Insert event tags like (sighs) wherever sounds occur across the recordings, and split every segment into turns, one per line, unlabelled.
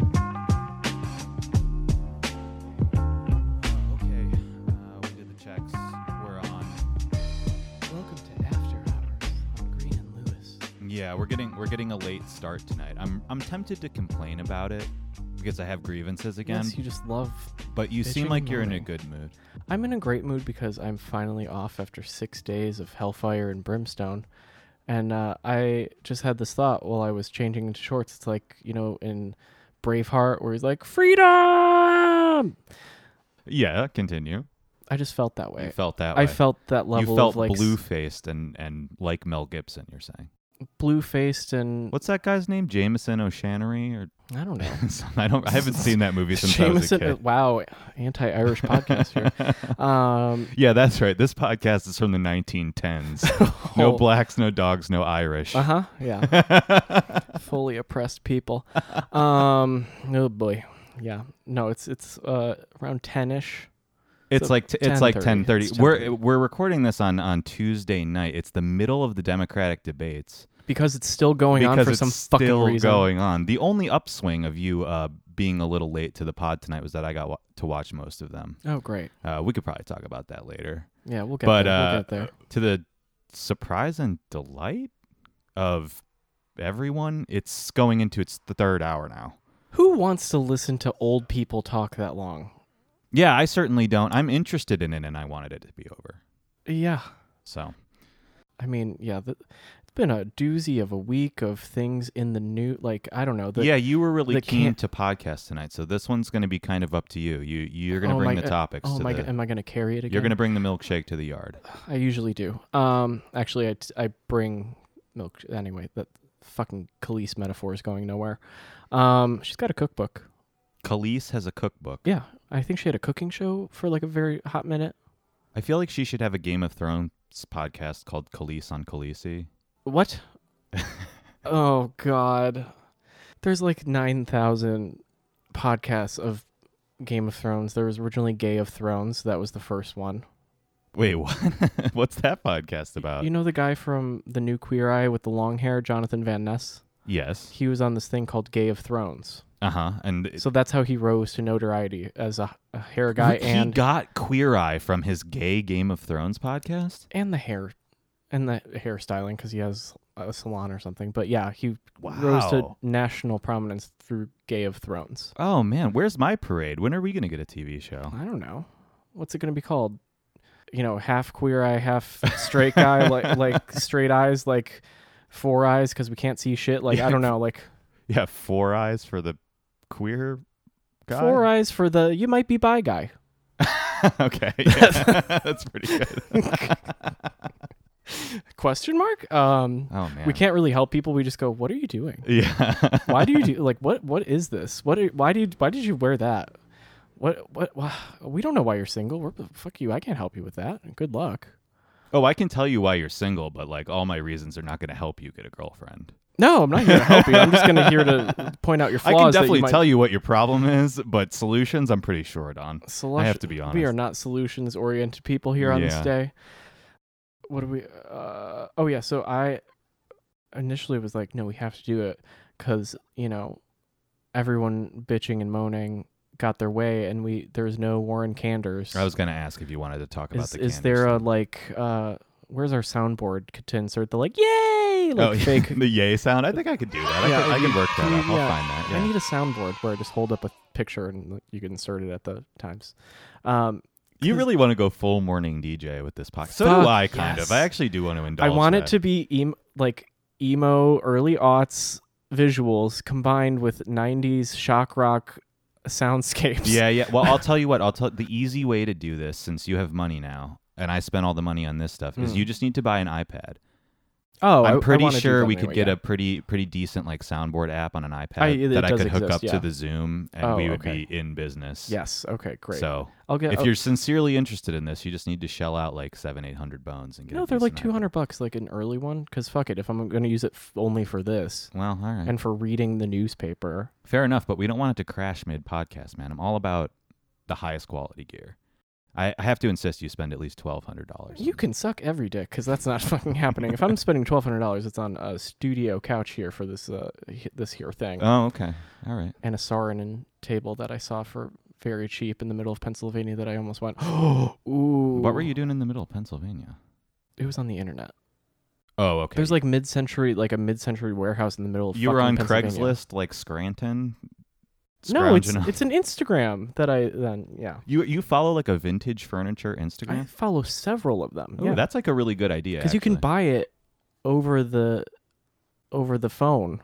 uh, Yeah, we're getting we're getting a late start tonight. I'm I'm tempted to complain about it because I have grievances again.
Yes, you just love.
but you
bitching
seem
and
like you're in a
moaning.
good mood.
I'm in a great mood because I'm finally off after six days of hellfire and brimstone, and uh, I just had this thought while I was changing into shorts. It's like you know in Braveheart where he's like freedom.
Yeah, continue.
I just felt that
You
way.
felt that
I
way.
felt that level
you felt
of like
blue faced and and like Mel Gibson. You're saying
blue faced and
what's that guy's name? Jameson O'Shannery or (laughs)
I don't know.
I don't I haven't seen that movie since I was a kid.
wow, anti Irish podcast
(laughs)
here. Um,
Yeah, that's right. This podcast is from the
(laughs)
1910s. No
oh. Uh-huh.
blacks, no dogs, no Irish.
Uh huh. Yeah.
(laughs)
Fully oppressed people. (laughs) Um. Oh boy. Yeah. No. It's it's uh around ten ish.
It's
So
like t- it's like
10:30.
10:30.
It's
We're
10:30.
we're recording this on on Tuesday night. It's the middle of the Democratic debates
Because it's still going on
because
for
it's
some fucking
still
reason.
going on. The only upswing of you uh, being a little late to the pod tonight was that I got wa- to watch most of them.
Oh great.
Uh, we could probably talk about that later.
Yeah. We'll get
but
there.
uh,
we'll get there.
to the surprise and delight of everyone, it's going into its third hour now.
Who wants to listen to old people talk that long?
Yeah, I certainly don't. I'm interested in it, and I wanted it to be over.
Yeah.
So
I mean, yeah. The, it's been a doozy of a week of things in the new. Like I don't know. The,
yeah, you were really
the
keen
can-
to podcast tonight, so this one's going to be kind of up to you. You you're going to
Oh
bring
my-
the topics.
Oh
to
my.
the,
God, am I gonna carry it again?
you're going to bring the milkshake to the yard.
I usually do. Um, actually, I, t- I bring milk anyway. That fucking Khalees metaphor is going nowhere. Um, she's got a cookbook.
Khalees has a cookbook.
Yeah, I think she had a cooking show for like a very hot minute.
I feel like she should have a Game of Thrones podcast called Khalees on Khaleesi.
What? oh God, there's like nine thousand podcasts of Game of Thrones. There was originally Gay of Thrones. That was the first one.
Wait, (laughs) what? What's that podcast about?
you know the guy from the new Queer Eye with the long hair, Jonathan Van Ness.
yes.
He was on this thing called Gay of Thrones.
Uh huh. And
So that's how he rose to notoriety as a, a hair guy
he
and
got Queer Eye from his gay Game of Thrones podcast.
and the hair and the hairstyling because he has a salon or something. But yeah, he rose to
Wow.
national prominence through Gay of Thrones.
Oh man, where's my parade? When are we gonna get a TV show?
I don't know what's it going to be called. You know, half queer eye, half straight
(laughs)
guy, like like straight eyes, like four eyes because we can't see shit. Like I don't know, like
Yeah, four eyes for the queer (laughs) guy.
four eyes for the you might be
(laughs)
bi guy.
okay, yeah. (laughs) that's pretty good.
Question mark? Um,
Oh man,
we can't really help people. We just go, what are you doing?
(laughs) Yeah,
why do you do like what what is this what are, why do you why did you wear that what what why, we don't know why you're single We're, fuck you i can't help you with that good luck
oh, I can tell you why you're single, but like all my reasons are not gonna help you get a girlfriend.
no i'm not here to help you i'm just gonna
(laughs)
here to point out your flaws
I can
that
definitely
you might,
tell you what your problem is, but solutions I'm pretty short on.
Solution-
I have to be honest.
we are not solutions oriented people here on this
Yeah.
day what do we uh oh yeah so i initially was like no we have to do it because you know everyone bitching and moaning got their way and we there's no warren canders
I was gonna ask if you wanted to talk about
is,
the.
is
candor
there a
stuff.
like uh where's our soundboard c- to insert the like yay like
oh, (laughs) yeah,
fake
the yay sound? I think I could do that. I,
Yeah,
could- I can work that up. I'll
yeah.
find that.
i
Yeah.
need a soundboard where i just hold up a picture and like, you can insert it at the times um
You really want to go full morning DJ with this podcast? So
Fuck
do I, kind
yes.
of. I actually do want to
i
indulge.
want
that.
it to be em- like emo early aughts visuals combined with 90s shock rock soundscapes
Yeah, yeah. Well, I'll tell you what. I'll tell the easy way to do this, since you have money now, and I spent all the money on this stuff, is
Mm.
you just need to buy an iPad.
(laughs) oh I- I
I'm pretty
wanna do
sure
that
we
anyway,
could get
yeah.
a pretty pretty decent like soundboard app on an iPad
I- it
that I
does
could hook
exist,
up
yeah.
to the Zoom, and
Oh,
we would
okay.
be in business.
yes okay great
So
i'll get
if
oh,
you're sincerely interested in this, you just need to shell out like seven, eight hundred bones and get.
no
a
they're like
decent iPad.
200 bucks like an early one because fuck it if i'm gonna use it f- only for this
Well, all right.
and for reading the newspaper
Fair enough, but we don't want it to crash mid podcast, man. I'm all about the highest quality gear. I, I have to insist you spend at least twelve hundred dollars.
You can suck every dick because that's not (laughs) fucking happening. if I'm spending twelve hundred dollars, it's on a studio couch here for this uh h- this here thing
Oh, okay. All right.
and a Saarinen table that I saw for very cheap in the middle of Pennsylvania that I almost went. (gasps) Ooh,
What were you doing in the middle of Pennsylvania?
It was on the internet.
Oh, okay.
There's like mid-century, like a mid-century warehouse in the middle of
you were
fucking
on
Pennsylvania.
Craigslist, like Scranton.
No, it's
scrounging up-
it's an Instagram that I then yeah.
you. You follow like a vintage furniture
I
Instagram.
follow several of them.
Oh,
yeah,
that's like a really good idea.
because you can
actually.
buy it over the over the phone,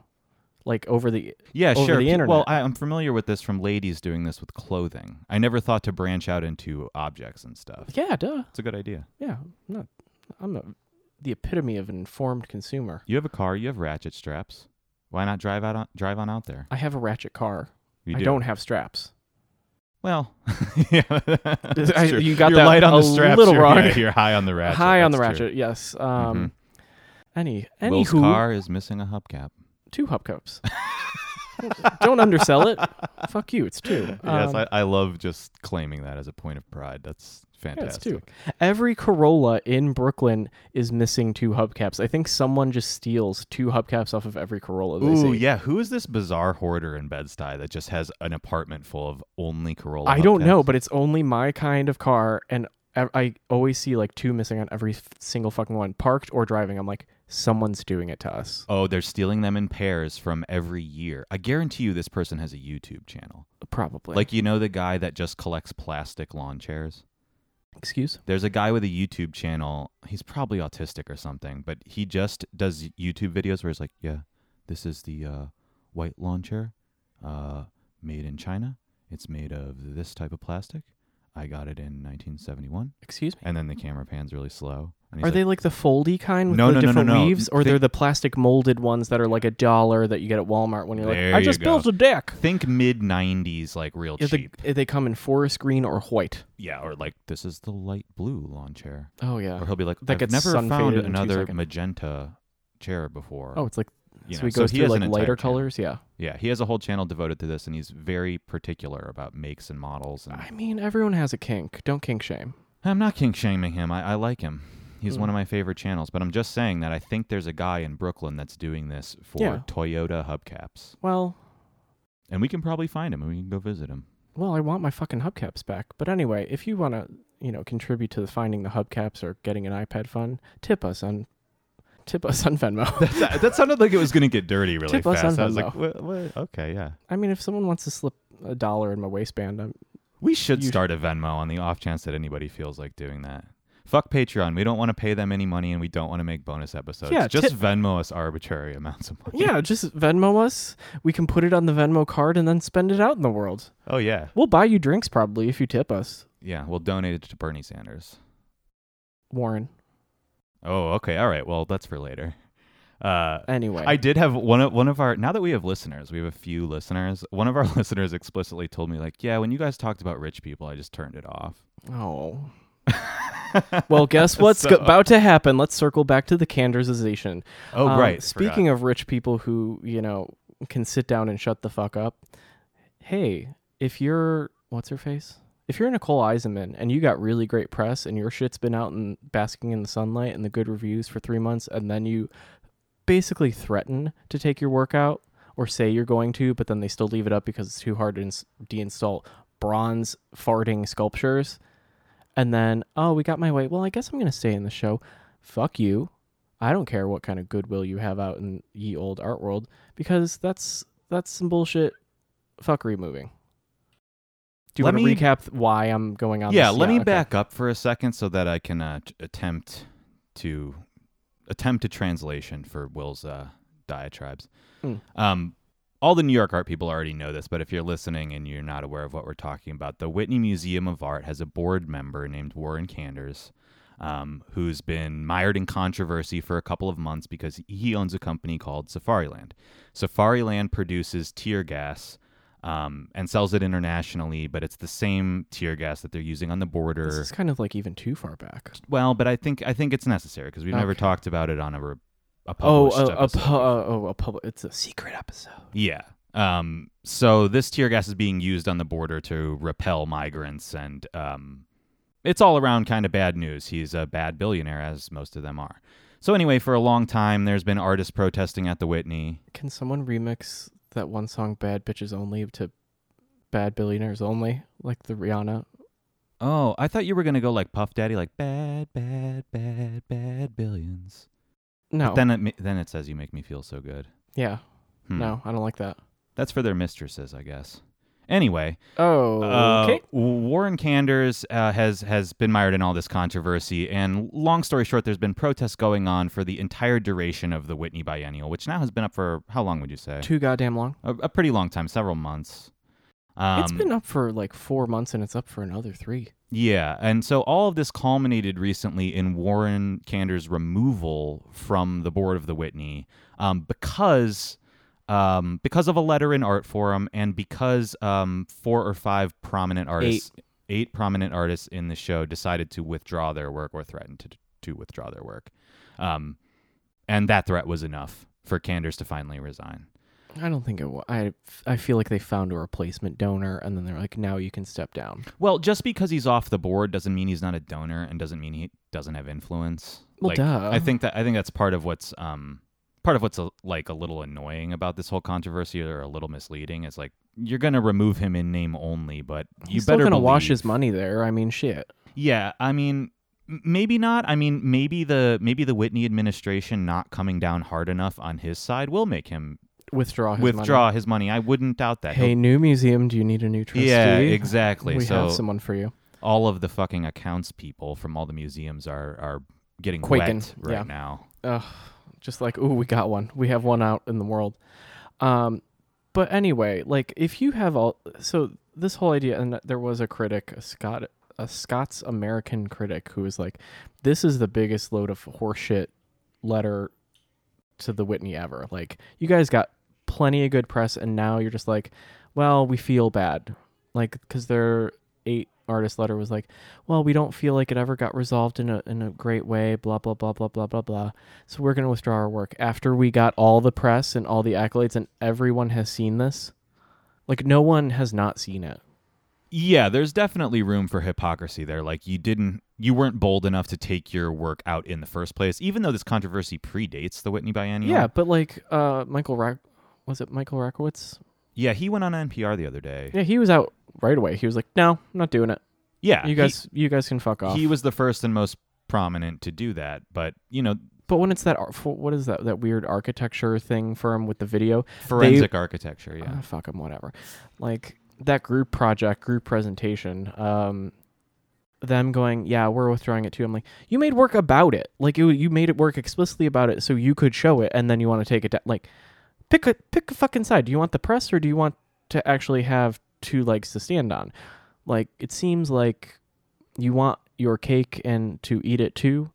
like over the
Yeah,
over
sure. Pe-
the
Well,
internet.
I, I'm familiar with this from ladies doing this with clothing. I never thought to branch out into objects and stuff.
yeah, duh,
It's a good idea.
yeah. I'm not I'm a, the epitome of an informed consumer.
You have a car. You have ratchet straps. Why not drive out on, drive on out there?
I have a ratchet car.
You
I
do.
don't have straps. (laughs)
Well, (laughs) yeah, that's
I-
true.
you got
You're
that
light on
a
the straps.
little
you're,
wrong.
yeah, you're high on the ratchet.
High on the
that's true. Mm-hmm.
ratchet, yes. Um, any any
Will's
who
car is missing a
(laughs)
hubcap.
two hubcaps. Don't
(laughs)
undersell it. Fuck you. It's two.
yes,
Um,
I, I love just claiming that as a point of pride. That's
yeah, it's
fantastic.
two. Every Corolla in Brooklyn is missing two hubcaps. I think someone just steals two hubcaps off of every Corolla. They
Ooh,
see.
yeah. Who is this bizarre hoarder in Bed-Stuy that just has an apartment full of only Corolla?
I don't know,
hubcaps?
but it's only my kind of car, and ev- I always see like two missing on every f- single fucking one, parked or driving. I'm like, someone's doing it to us.
Oh, they're stealing them in pairs from every year. I guarantee you this person has a YouTube channel.
Probably.
Like, you know, the guy that just collects plastic lawn chairs?
excuse?
There's a guy with a YouTube channel. He's probably autistic or something, but he just does YouTube videos where he's like, yeah, this is the uh, white lawn chair uh, made in China. It's made of this type of plastic. I got it in 1971.
Excuse me.
And then the camera pans really slow. And he's
Are
like,
they like the foldy kind with
No,
the
no, no, no,
different
no.
leaves, or
They-
they, are the plastic molded ones that are like a dollar that you get at Walmart when you're like,
There
I
you
just
go.
built a deck.
Think mid 90s, like real
Yeah, they,
cheap.
they come in forest green or white.
yeah, or like, this is the light blue lawn chair.
Oh yeah.
or he'll be like,
That
"I've
gets
never
sun
found
faded in two
another
seconds."
magenta chair before."
Oh, it's like
You
so
know,
he goes through
has
like
an entire
lighter
channel.
colors. Yeah.
Yeah, he has a whole channel devoted to this, and he's very particular about makes and models. And
I mean, everyone has a kink. Don't kink shame.
I'm not kink shaming him. I, I like him. He's one
Mm.
of my favorite channels, but I'm just saying that I think there's a guy in Brooklyn that's doing this for
Yeah.
Toyota hubcaps,
Well,
and we can probably find him and we can go visit
(laughs)
him.
well, I want my fucking hubcaps back. But anyway, if you want to, you know, contribute to the finding the hubcaps or getting an iPad fund, tip us on tip us on
(laughs)
Venmo.
That, that sounded like it was going to get dirty really
Tip us
fast.
on
I was like,
Venmo.
what, what? okay, yeah.
I mean, if someone wants to slip a dollar in my waistband, I'm
We should
You sh-
start a Venmo on the off chance that anybody feels like doing that. Fuck Patreon. We don't want to pay them any money and we don't want to make bonus episodes.
Yeah,
just
ti-
Venmo us arbitrary amounts of money.
Yeah, just Venmo us. We can put it on the Venmo card and then spend it out in the world.
(laughs) Oh yeah.
We'll buy you drinks probably if you tip us,
Yeah, we'll donate it to Bernie Sanders.
Warren.
Oh, okay. All right. Well, that's for later. Uh
Anyway,
I did have one of one of our now that we have listeners, we have a few listeners. One of our (laughs) listeners explicitly told me like, "Yeah, when you guys talked about rich people, I just turned it off."
oh.
(laughs)
Well, guess what's
So-
go- about to happen? Let's circle back to the candorization.
Oh,
Um,
right.
Speaking
forgot.
of rich people who, you know, can sit down and shut the fuck up. Hey, if you're what's her face? If you're Nicole Eisenman and you got really great press and your shit's been out and basking in the sunlight and the good reviews for three months, and then you basically threaten to take your work out or say you're going to, but then they still leave it up because it's too hard to ins- deinstall bronze farting sculptures. And then, oh, we got my way. Well, I guess I'm going to stay in the show. Fuck you. I don't care what kind of goodwill you have out in ye old art world because that's that's some bullshit fuckery moving. Do you
Let
want
me-
to recap th- why I'm going on?
yeah
this?
let me
okay.
back up for a second so that i can uh, t- attempt to attempt a translation for will's uh, diatribes
Mm.
um, all the new york art people already know this but if you're listening and you're not aware of what we're talking about the whitney museum of art has a board member named warren canders um, who's been mired in controversy for a couple of months because he owns a company called Safariland. Safariland produces tear gas um, and sells it internationally, but it's the same tear gas that they're using on the border.
This is kind of like even too far back.
well, but I think I think it's necessary because we've never
Okay.
talked about it on a, re- a
Oh,
published
a, a
episode.
pu- uh, oh, a public. It's a secret episode.
Yeah. Um, so this tear gas is being used on the border to repel migrants, and um, it's all around kind of bad news. He's a bad billionaire, as most of them are. So anyway, for a long time, there's been artists protesting at the Whitney.
Can someone remix that one song "Bad Bitches Only" to "Bad Billionaires Only," like the Rihanna?
Oh, I thought you were gonna go like Puff Daddy, like bad, bad, bad, bad billions.
No.
Then it ma- then it says you make me feel so good.
yeah.
Hmm.
No, I don't like that.
That's for their mistresses, I guess. Anyway,
Oh.
uh,
okay.
Warren Canders uh, has has been mired in all this controversy, and long story short, there's been protests going on for the entire duration of the Whitney Biennial, which now has been up for how long would you say?
Too goddamn long.
A, a pretty long time, several months. Um,
it's been up for like four months and it's up for another three.
Yeah, and so all of this culminated recently in Warren Cander's removal from the board of the Whitney um, because um, because of a letter in Art Forum and because um, four or five prominent artists, eight. prominent artists in the show decided to withdraw their work or threatened to to withdraw their work, um, and that threat was enough for Canders to finally resign.
I don't think it. Wa- I I feel like they found a replacement donor, and then they're like, now you can step down.
Well, just because he's off the board doesn't mean he's not a donor and doesn't mean he doesn't have influence.
Well,
like,
duh.
I think that I think that's part of what's um part of what's a, like a little annoying about this whole controversy or a little misleading is like you're going to remove him in name only, but you
He's
better
still gonna wash
believe-
his money there. I mean, shit.
Yeah, I mean m- maybe not. I mean maybe the maybe the Whitney administration not coming down hard enough on his side will make him
Withdraw his
withdraw his money. I wouldn't doubt that.
money. Hey, new museum. Do you need a new
He'll-
trustee?
yeah, exactly.
We
so
have someone for you.
all of the fucking accounts people from all the museums are are getting
Quaking,
wet right
yeah.
now.
Ugh, just like, ooh, we got one. We have one out in the world. Um, but anyway, like if you have all, so this whole idea, and there was a critic, a Scot, a Scots American critic, who was like, this is the biggest load of horseshit letter to the Whitney ever. Like you guys got plenty of good press, and now you're just like, well, we feel bad, like because their eight artist letter was like, well, we don't feel like it ever got resolved in a in a great way, blah blah blah blah blah blah blah. So we're gonna withdraw our work after we got all the press and all the accolades, and everyone has seen this. Like no one has not seen it.
Yeah, there's definitely room for hypocrisy there. Like you didn't you weren't bold enough to take your work out in the first place, even though this controversy predates the Whitney Biennial.
Yeah, but like uh, Michael Rack, was it Michael Rakowitz?
Yeah, he went on NPR the other day.
Yeah, he was out right away. He was like, no, I'm not doing it.
Yeah.
you guys, you guys can fuck
he,
off.
he was the first and most prominent to do that, but you know,
but when it's that ar- fo- what is that that weird architecture thing firm with the video?
forensic architecture, yeah.
Ah, fuck 'em, whatever. Like that group project, group presentation, um, them going, yeah, we're withdrawing it too. I'm like, you made work about it. Like you, you made it work explicitly about it so you could show it, and then you want to take it down. Like, pick a pick a fucking side. Do you want the press or do you want to actually have two legs to stand on? Like, it seems like you want your cake and to eat it too,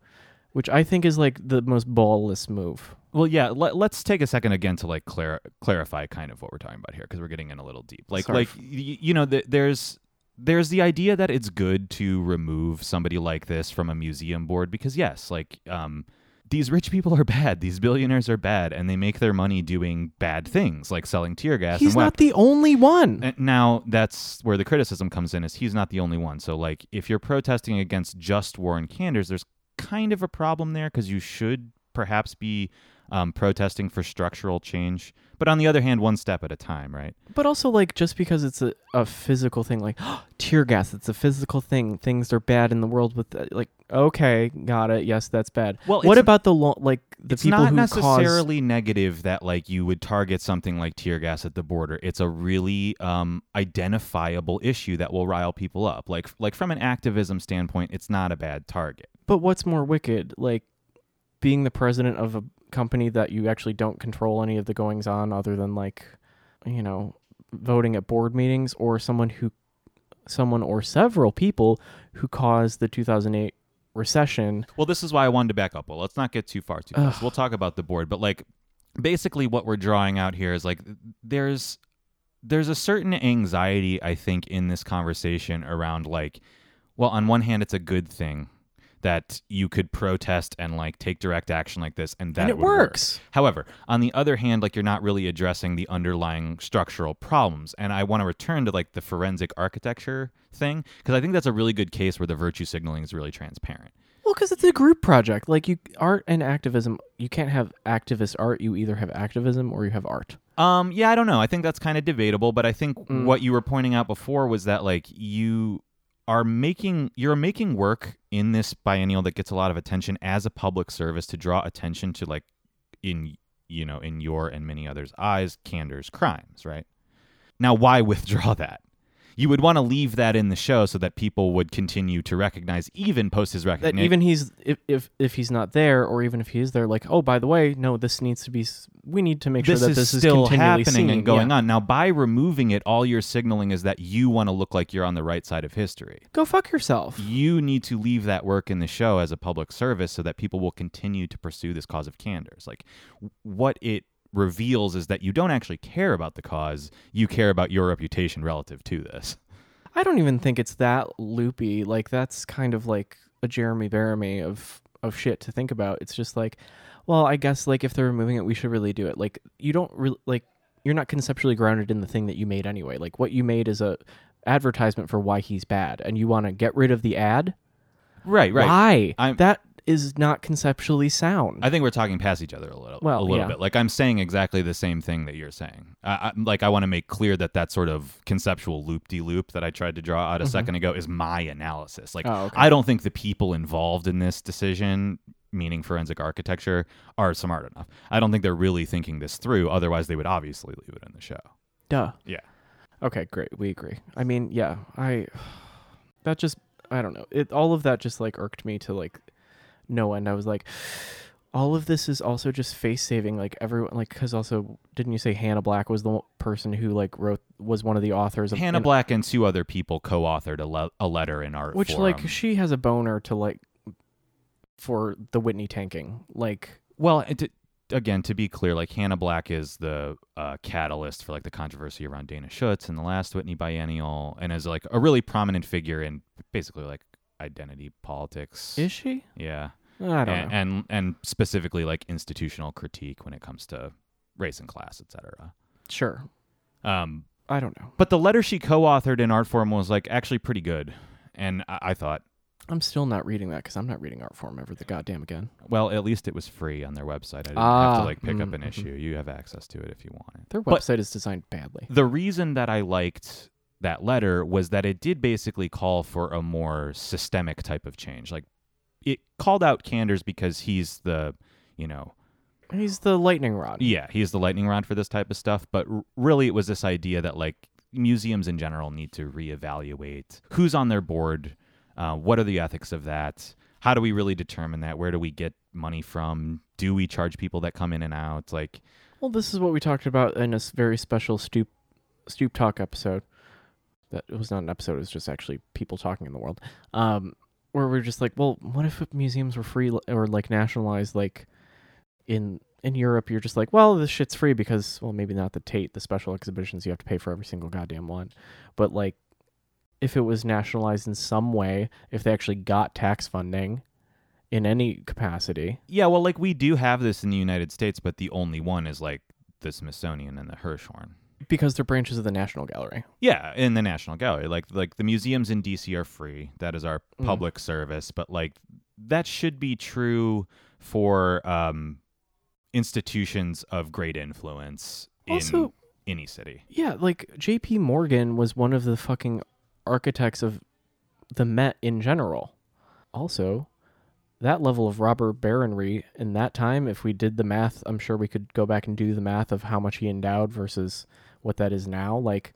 which I think is like the most ballless move.
Well, yeah. Let, let's take a second again to like clar- clarify kind of what we're talking about here because we're getting in a little deep. Like,
Sorry.
like y- you know, th- there's there's the idea that it's good to remove somebody like this from a museum board because yes, like um, these rich people are bad, these billionaires are bad, and they make their money doing bad things like selling tear gas.
He's
and wep-
not the only one.
and now that's where the criticism comes in is he's not the only one so like if you're protesting against just warren canders there's kind of a problem there because you should perhaps be um, protesting for structural change but on the other hand one step at a time right
But also, like, just because it's a, a physical thing, like (gasps) tear gas, it's a physical thing. Things are bad in the world with, uh, like, okay, got it. Yes, that's bad.
Well,
what
it's-
about the lo- like the
it's
people
not
who caused?
necessarily negative that like you would target something like tear gas at the border it's a really um, identifiable issue that will rile people up like like from an activism standpoint it's not a bad target
But what's more wicked, like being the president of a company that you actually don't control any of the goings on, other than like, you know, voting at board meetings, or someone who, someone or several people who caused the 2008 recession.
Well, this is why I wanted to back up. Well, let's not get too far too fast. We'll talk about the board, but like basically what we're drawing out here is like there's there's a certain anxiety I think in this conversation around like well, on one hand it's a good thing that you could protest and like take direct action like this and that
And it
would work.
works.
However, on the other hand, like you're not really addressing the underlying structural problems. And I want to return to like the forensic architecture thing because I think that's a really good case where the virtue signaling is really transparent.
Well, because it's a group project. Like you, art and activism. You can't have activist art. You either have activism or you have art.
Um, yeah,
Mm.
I don't know. I think that's kind of debatable, but I think what you were pointing out before was that like you are making you're making work in this biennial that gets a lot of attention as a public service to draw attention to like in you know in your and many others eyes candor's crimes right now why (laughs) withdraw that you would want to leave that in the show so that people would continue to recognize even post his
that
recognition
even he's if, if if he's not there or even if he is there like oh by the way no this needs to be s- we need to make
this
sure that
is
this
still
is continually
happening
seen.
and going on now by removing it all you're signaling is that you want to look like you're on the right side of history
go fuck yourself
you need to leave that work in the show as a public service so that people will continue to pursue this cause of candor. It's like w- what it reveals is that you don't actually care about the cause, you care about your reputation relative to this.
i don't even think it's that loopy like that's kind of like a jeremy Baramy of of shit to think about it's just like well i guess like if they're removing it we should really do it like you don't really like you're not conceptually grounded in the thing that you made anyway like what you made is a advertisement for why he's bad and you want to get rid of the ad
Right, right.
why
I'm-
that is not conceptually sound
I think we're talking past each other a little,
Well,
a little
yeah.
bit. Like I'm saying exactly the same thing that you're saying. I, I, like I want to make clear that that sort of conceptual loop de loop that I tried to draw out a second ago is my analysis. Like
Mm-hmm. Oh, okay.
I don't think the people involved in this decision, meaning forensic architecture, are smart enough. I don't think they're really thinking this through. Otherwise, they would obviously leave it in the show.
Duh.
Yeah.
Okay, great. We agree. I mean, yeah, I (sighs) that just I don't know. It all of that just like irked me to like no end. I was like (sighs) all of this is also just face saving like everyone like cuz also didn't you say Hannah Black was the person who like wrote was one of the authors of
Hannah
and-
Black and two other people co-authored a, le- a letter in art,
which
Forum.
like she has a boner to like for the Whitney tanking. Like
Well, and to, again, to be clear, like Hannah Black is the uh, catalyst for like the controversy around Dana Schutz and the last Whitney biennial, and is like a really prominent figure in basically like identity politics.
is she?
Yeah,
I don't
and,
know.
and and specifically like institutional critique when it comes to race and class, etc.
Sure.
Um,
I don't know.
but the letter she co-authored in art form was like actually pretty good, and I, I thought,
I'm still not reading that cuz I'm not reading art form ever the goddamn again.
well, at least it was free on their website. I didn't have
Ah,
to like pick up
mm,
an
mhm.
issue. You have access to it if you want it.
Their
But-
website is designed badly.
the reason that I liked that letter was that it did basically call for a more systemic type of change. Like it called out Canders because he's the, you know,
He's the lightning rod.
yeah, he's the lightning rod for this type of stuff, but r- really it was this idea that like museums in general need to reevaluate who's on their board, uh, what are the ethics of that, how do we really determine that, where do we get money from, do we charge people that come in and out, like
Well, this is what we talked about in a s- very special stoop stoop talk episode. That it was not an episode; it was just actually people talking in the world. Um, where we are just like, well, what if museums were free li- or like nationalized? Like in in Europe, you're just like, well, this shit's free because, well, maybe not the Tate, the special exhibitions you have to pay for every single goddamn one, but like if it was nationalized in some way, if they actually got tax funding in any capacity,
Yeah, well, like we do have this in the United States, but the only one is like the Smithsonian and the Hirshhorn.
because they're branches of the National Gallery.
Yeah, in the National Gallery, like like the museums in DC are free. That is our
Mm.
public service, but like that should be true for um, institutions of great influence in
Also-
any city.
Yeah, like JP Morgan was one of the fucking architects of the Met in general. Also, that level of robber baronry in that time, if we did the math, I'm sure we could go back and do the math of how much he endowed versus what that is now. Like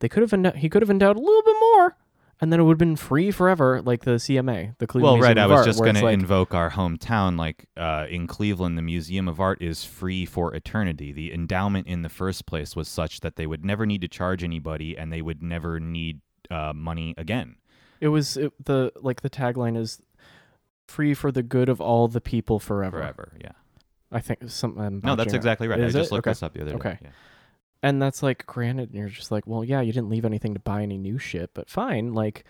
they could have endowed, he could have endowed a little bit more and then it would have been free forever like the CMA, the Cleveland
well, right.
Museum
I was
of Art,
just
where
going
it's
to
like,
invoke our hometown. Like uh, in Cleveland, the Museum of Art is free for eternity. The endowment in the first place was such that they would never need to charge anybody, and they would never need uh, money again.
it was it, the like the tagline is free for the good of all the people forever.
Forever, yeah.
I think something
No, that's exactly right.
Is
I just
it?
looked
Okay.
this up the other
Okay.
day. Yeah.
and that's like granted and you're just like well yeah you didn't leave anything to buy any new shit but fine like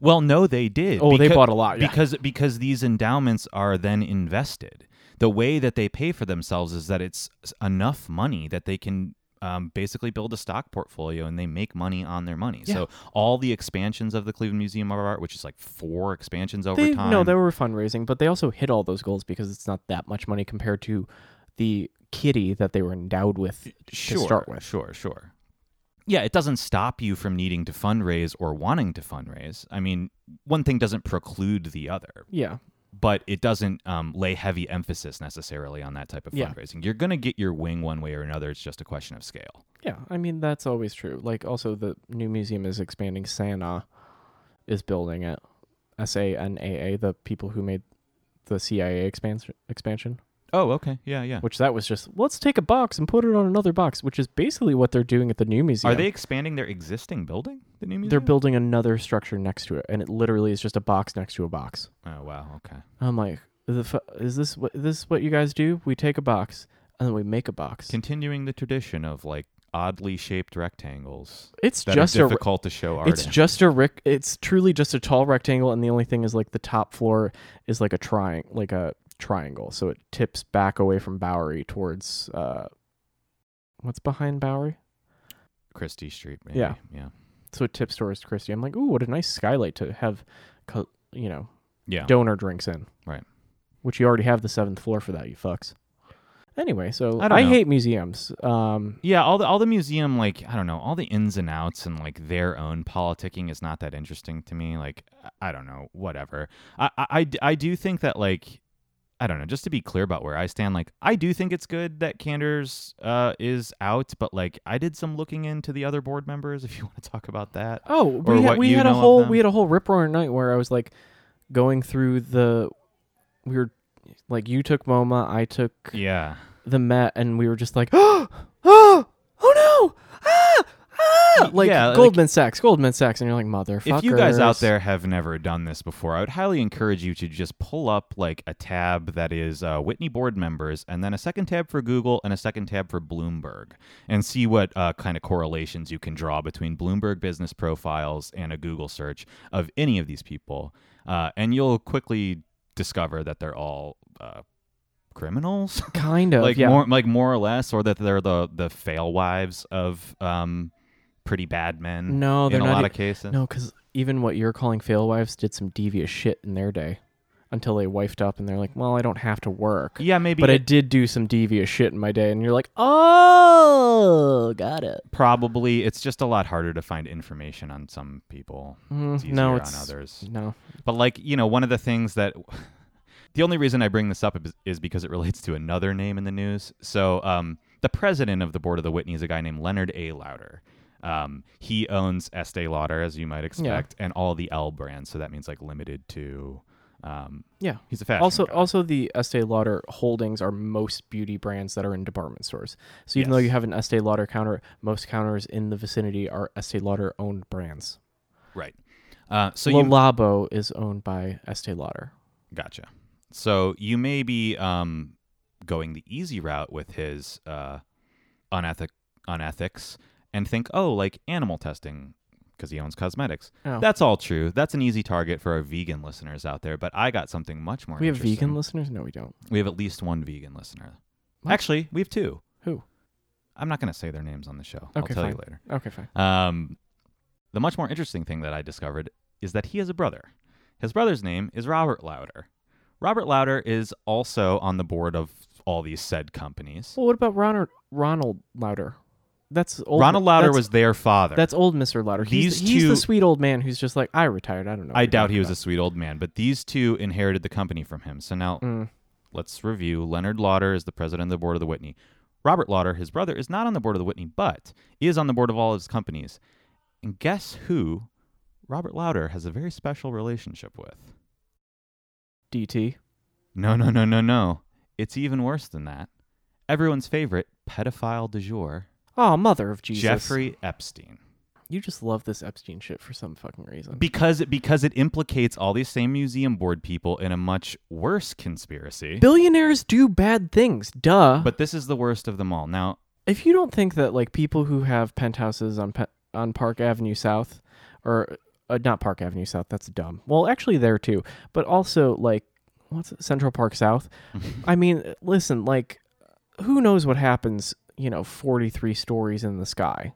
Well, no, they did.
oh they
becau-
bought a lot yeah.
because because these endowments are then invested. The way that they pay for themselves is that it's s- enough money that they can um, basically build a stock portfolio and they make money on their money.
Yeah.
So all the expansions of the Cleveland Museum of Art, which is like four expansions over
they,
time.
no they were fundraising but they also hit all those goals because it's not that much money compared to the kitty that they were endowed with
sure,
start with.
Sure, sure. yeah, it doesn't stop you from needing to fundraise or wanting to fundraise. I mean, one thing doesn't preclude the other,
Yeah.
but it doesn't um, lay heavy emphasis necessarily on that type of
Yeah.
fundraising. You're going to get your wing one way or another. It's just a question of scale.
Yeah, I mean that's always true. Like also the new museum is expanding. Sana is building it. S A N A A, the people who made the CIA expansion expansion,
Oh, okay. Yeah, yeah.
which that was just let's take a box and put it on another box, which is basically what they're doing at the new museum.
Are they expanding their existing building? The new museum?
They're building another structure next to it, and it literally is just a box next to a box.
Oh, wow. Okay.
I'm like, the fu- is this what this is what you guys do? We take a box and then we make a box.
Continuing the tradition of like oddly shaped rectangles
it's
that
just
are
a
difficult to show art
It's
in.
just a ric- It's truly just a tall rectangle, and the only thing is like the top floor is like a triangle, like a triangle. So it tips back away from Bowery towards uh, what's behind Bowery.
Christie Street. Maybe.
Yeah.
Yeah.
So it tips towards Christie. I'm like, ooh, what a nice skylight to have, co- you know,
Yeah.
donor drinks in.
Right.
Which you already have the seventh floor for that, you fucks. Anyway, so
I
I,
don't know.
hate museums. Um,
Yeah, all the all the museum like I don't know, all the ins and outs and like their own politicking is not that interesting to me. Like I I don't know, whatever. I I, I d- I do think that like I don't know, just to be clear about where I stand, like I do think it's good that Candor's uh is out, but like I did some looking into the other board members (laughs) if you want to talk about that.
Oh,
Or
we had,
what
we
you
had a
know of
whole
them.
we had a whole rip roaring night where I was like going through the we were like you took MoMA, I took
Yeah.
the Met, and we were just like (gasps) oh oh oh no ah ah like
Yeah, like-
Goldman Sachs, Goldman Sachs, and you're like motherfucker.
If you guys out there have never done this before, I would highly encourage you to just pull up like a tab that is uh, Whitney board members, and then a second tab for Google and a second tab for Bloomberg, and see what uh, kind of correlations you can draw between Bloomberg business profiles and a Google search of any of these people, uh, and you'll quickly discover that they're all uh, criminals (laughs)
kind of
like
yeah.
more like more or less or that they're the the fail wives of um pretty bad men
No, they're
in a
not
lot
e-
of cases
no, because even what you're calling fail wives did some devious shit in their day, until they wifed up and they're like, well, I don't have to work.
yeah maybe
But I
it
did do some devious shit in my day, and you're like, oh, got it.
probably it's just a lot harder to find information on some people
Mm,
it's easier
no,
on
it's
others
no.
but like you know one of the things that (laughs) the only reason i bring this up is, is because it relates to another name in the news so um the president of the board of the whitney is a guy named leonard a louder um, he owns Estee Lauder, as you might expect, and all the L brands. So that means like limited to. Um,
Yeah.
he's a fashion.
Also,
guy.
also the Estee Lauder holdings are most beauty brands that are in department stores. So even though
Yes.
you have an Estee Lauder counter, most counters in the vicinity are Estee Lauder owned brands.
Right. Uh, so
La
you
Labo is owned by Estee Lauder.
gotcha. So you may be um, going the easy route with his uh, unethic unethics and think, oh, like animal testing because he owns cosmetics.
Oh.
That's all true. That's an easy target for our vegan listeners out there. But I got something much more.
we have
interesting.
vegan listeners? No, we don't.
We have at least one vegan listener.
What?
Actually, we have two.
Who?
I'm not going to say their names on the show. I'll
Okay,
tell you
fine.
later.
Okay, fine.
Um, the much more interesting thing that I discovered is that he has a brother. His brother's name is Robert Louder. Robert Louder is also on the board of all these said companies.
Well, what about Ronald Ronald Lauder? That's old.
Ronald Louder
that's-
was their father.
That's old Mr. Lauder. He's,
These
he's
two-
the sweet old man who's just like, I retired. I don't know.
I doubt he was a sweet old man, but these two inherited the company from him. So now
Mm.
let's review. Leonard Lauder is the president of the board of the Whitney. Robert Lauder, his brother, is not on the board of the Whitney, but is on the board of all of his companies. And guess who Robert Lauder has a very special relationship with?
DT.
No, no, no, no, no. It's even worse than that. Everyone's favorite pedophile du jour,
Oh, mother of Jesus.
Jeffrey Epstein.
You just love this Epstein shit for some fucking reason.
Because it because it implicates all these same museum board people in a much worse conspiracy.
Billionaires do bad things, duh. But
But this is the worst of them all. Now,
if you don't think that like people who have penthouses on pe- on Park Avenue South or uh, not Park Avenue South, that's dumb. Well, actually there too, but also like what's it, Central Park South? I mean, listen, like who knows what happens, you know, 43 stories in the sky.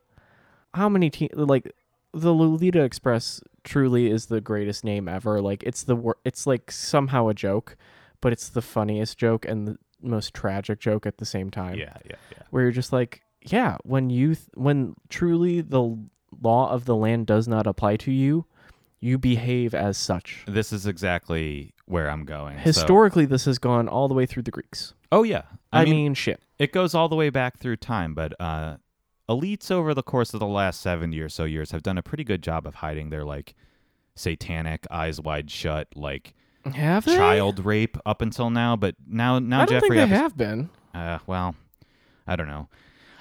How many te- like the Lolita Express truly is the greatest name ever. Like it's the wor- it's like somehow a joke, but it's the funniest joke and the most tragic joke at the same time
yeah, yeah, yeah.
where you're just like yeah, when you th- when truly the law of the land does not apply to you, you behave as such.
This is exactly where I'm going. so-
Historically, this has gone all the way through the Greeks.
oh yeah,
I, mean, shit.
it goes all the way back through time, but uh, elites over the course of the last 70 or so years have done a pretty good job of hiding their like satanic eyes wide shut like
Have they?
child rape up until now, but now now
Eh. I don't
Jeffrey Epstein-
think they have been.
uh well, I don't know.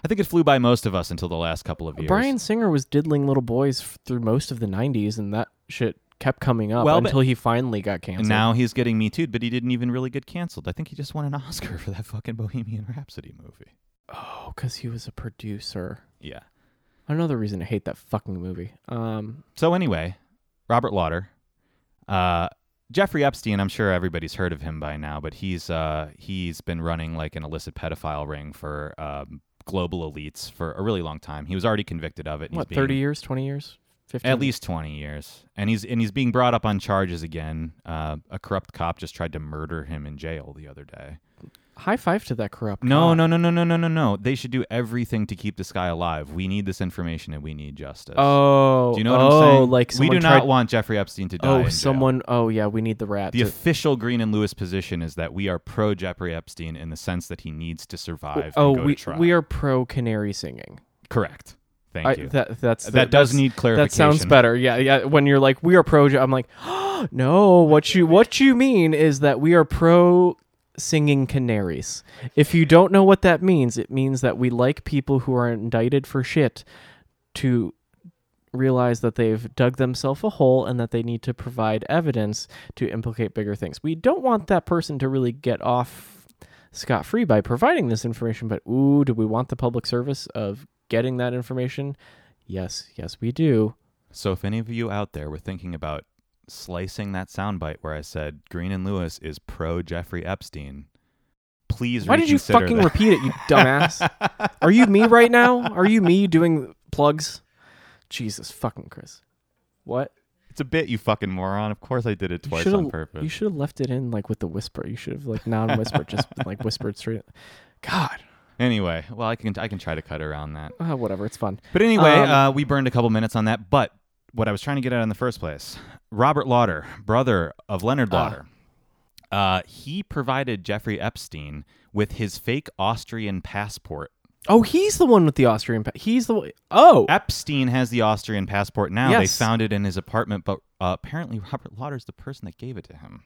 I think it flew by most of us until the last couple of years.
Brian Singer was diddling little boys f- through most of the '90s, and that shit kept coming up
Well, but-
until he finally got canceled.
and now he's getting me too, but he didn't even really get canceled. I think he just won an (laughs) Oscar for that fucking Bohemian Rhapsody movie.
oh, because he was a producer.
Yeah.
Another reason I hate that fucking movie. Um,
So anyway, Robert Lauder, uh, Jeffrey Epstein. I'm sure everybody's heard of him by now, but he's uh, he's been running like an illicit pedophile ring for um, global elites for a really long time. He was already convicted of it. and he's
what?
being-
Thirty years? Twenty years? Fifteen?
At least twenty years, and he's and he's being brought up on charges again. Uh, a corrupt cop just tried to murder him in jail the other day.
High five to that corrupt.
No,
cop.
no, no, no, no, no, no, no. They should do everything to keep this guy alive. We need this information, and we need justice.
Oh,
do you know what
oh,
I'm saying?
Like
we
someone
do
tried,
not want Jeffrey Epstein to die. in
Oh,
jail.
someone. Oh, yeah. We need the rat.
The
to-
official Green and Lewis position is that we are pro Jeffrey Epstein in the sense that he needs to survive.
oh,
and go
we
to trial.
we are pro canary singing.
correct. Thank
I,
you.
that that's
that
that
does need clarification.
that sounds better. Yeah, yeah. When you're like we are pro, I'm like, (gasps) no. What you what you mean is that we are pro singing canaries. If you don't know what that means, it means that we like people who are indicted for shit to realize that they've dug themselves a hole and that they need to provide evidence to implicate bigger things. We don't want that person to really get off scot free by providing this information, but ooh, do we want the public service of getting that information? Yes, yes, we do.
So, if any of you out there were thinking about slicing that soundbite where I said Green and Lewis is pro Jeffrey Epstein, please
Why did you
reconsider
fucking
that. (laughs)
repeat it, you dumbass? Are you me right now? Are you me doing plugs? Jesus fucking Chris. What?
It's a bit, you fucking moron. Of course, I did it twice
should've-
on
You
purpose.
should have left it in like with the whisper. You should have like non-whisper, just (laughs) like whispered straight. God,
Anyway, well, I can I can try to cut around that.
uh, whatever. It's fun.
But anyway,
Um,
uh, we burned a couple minutes on that. But what I was trying to get at in the first place, Robert Lauder, brother of Leonard
Ah.
Lauder, uh, he provided Jeffrey Epstein with his fake Austrian passport.
Oh, he's the one with the Austrian. Pa- he's the one oh
Epstein has the Austrian passport now.
Yes.
They found it in his apartment, but uh, apparently Robert Lauder's the person that gave it to him.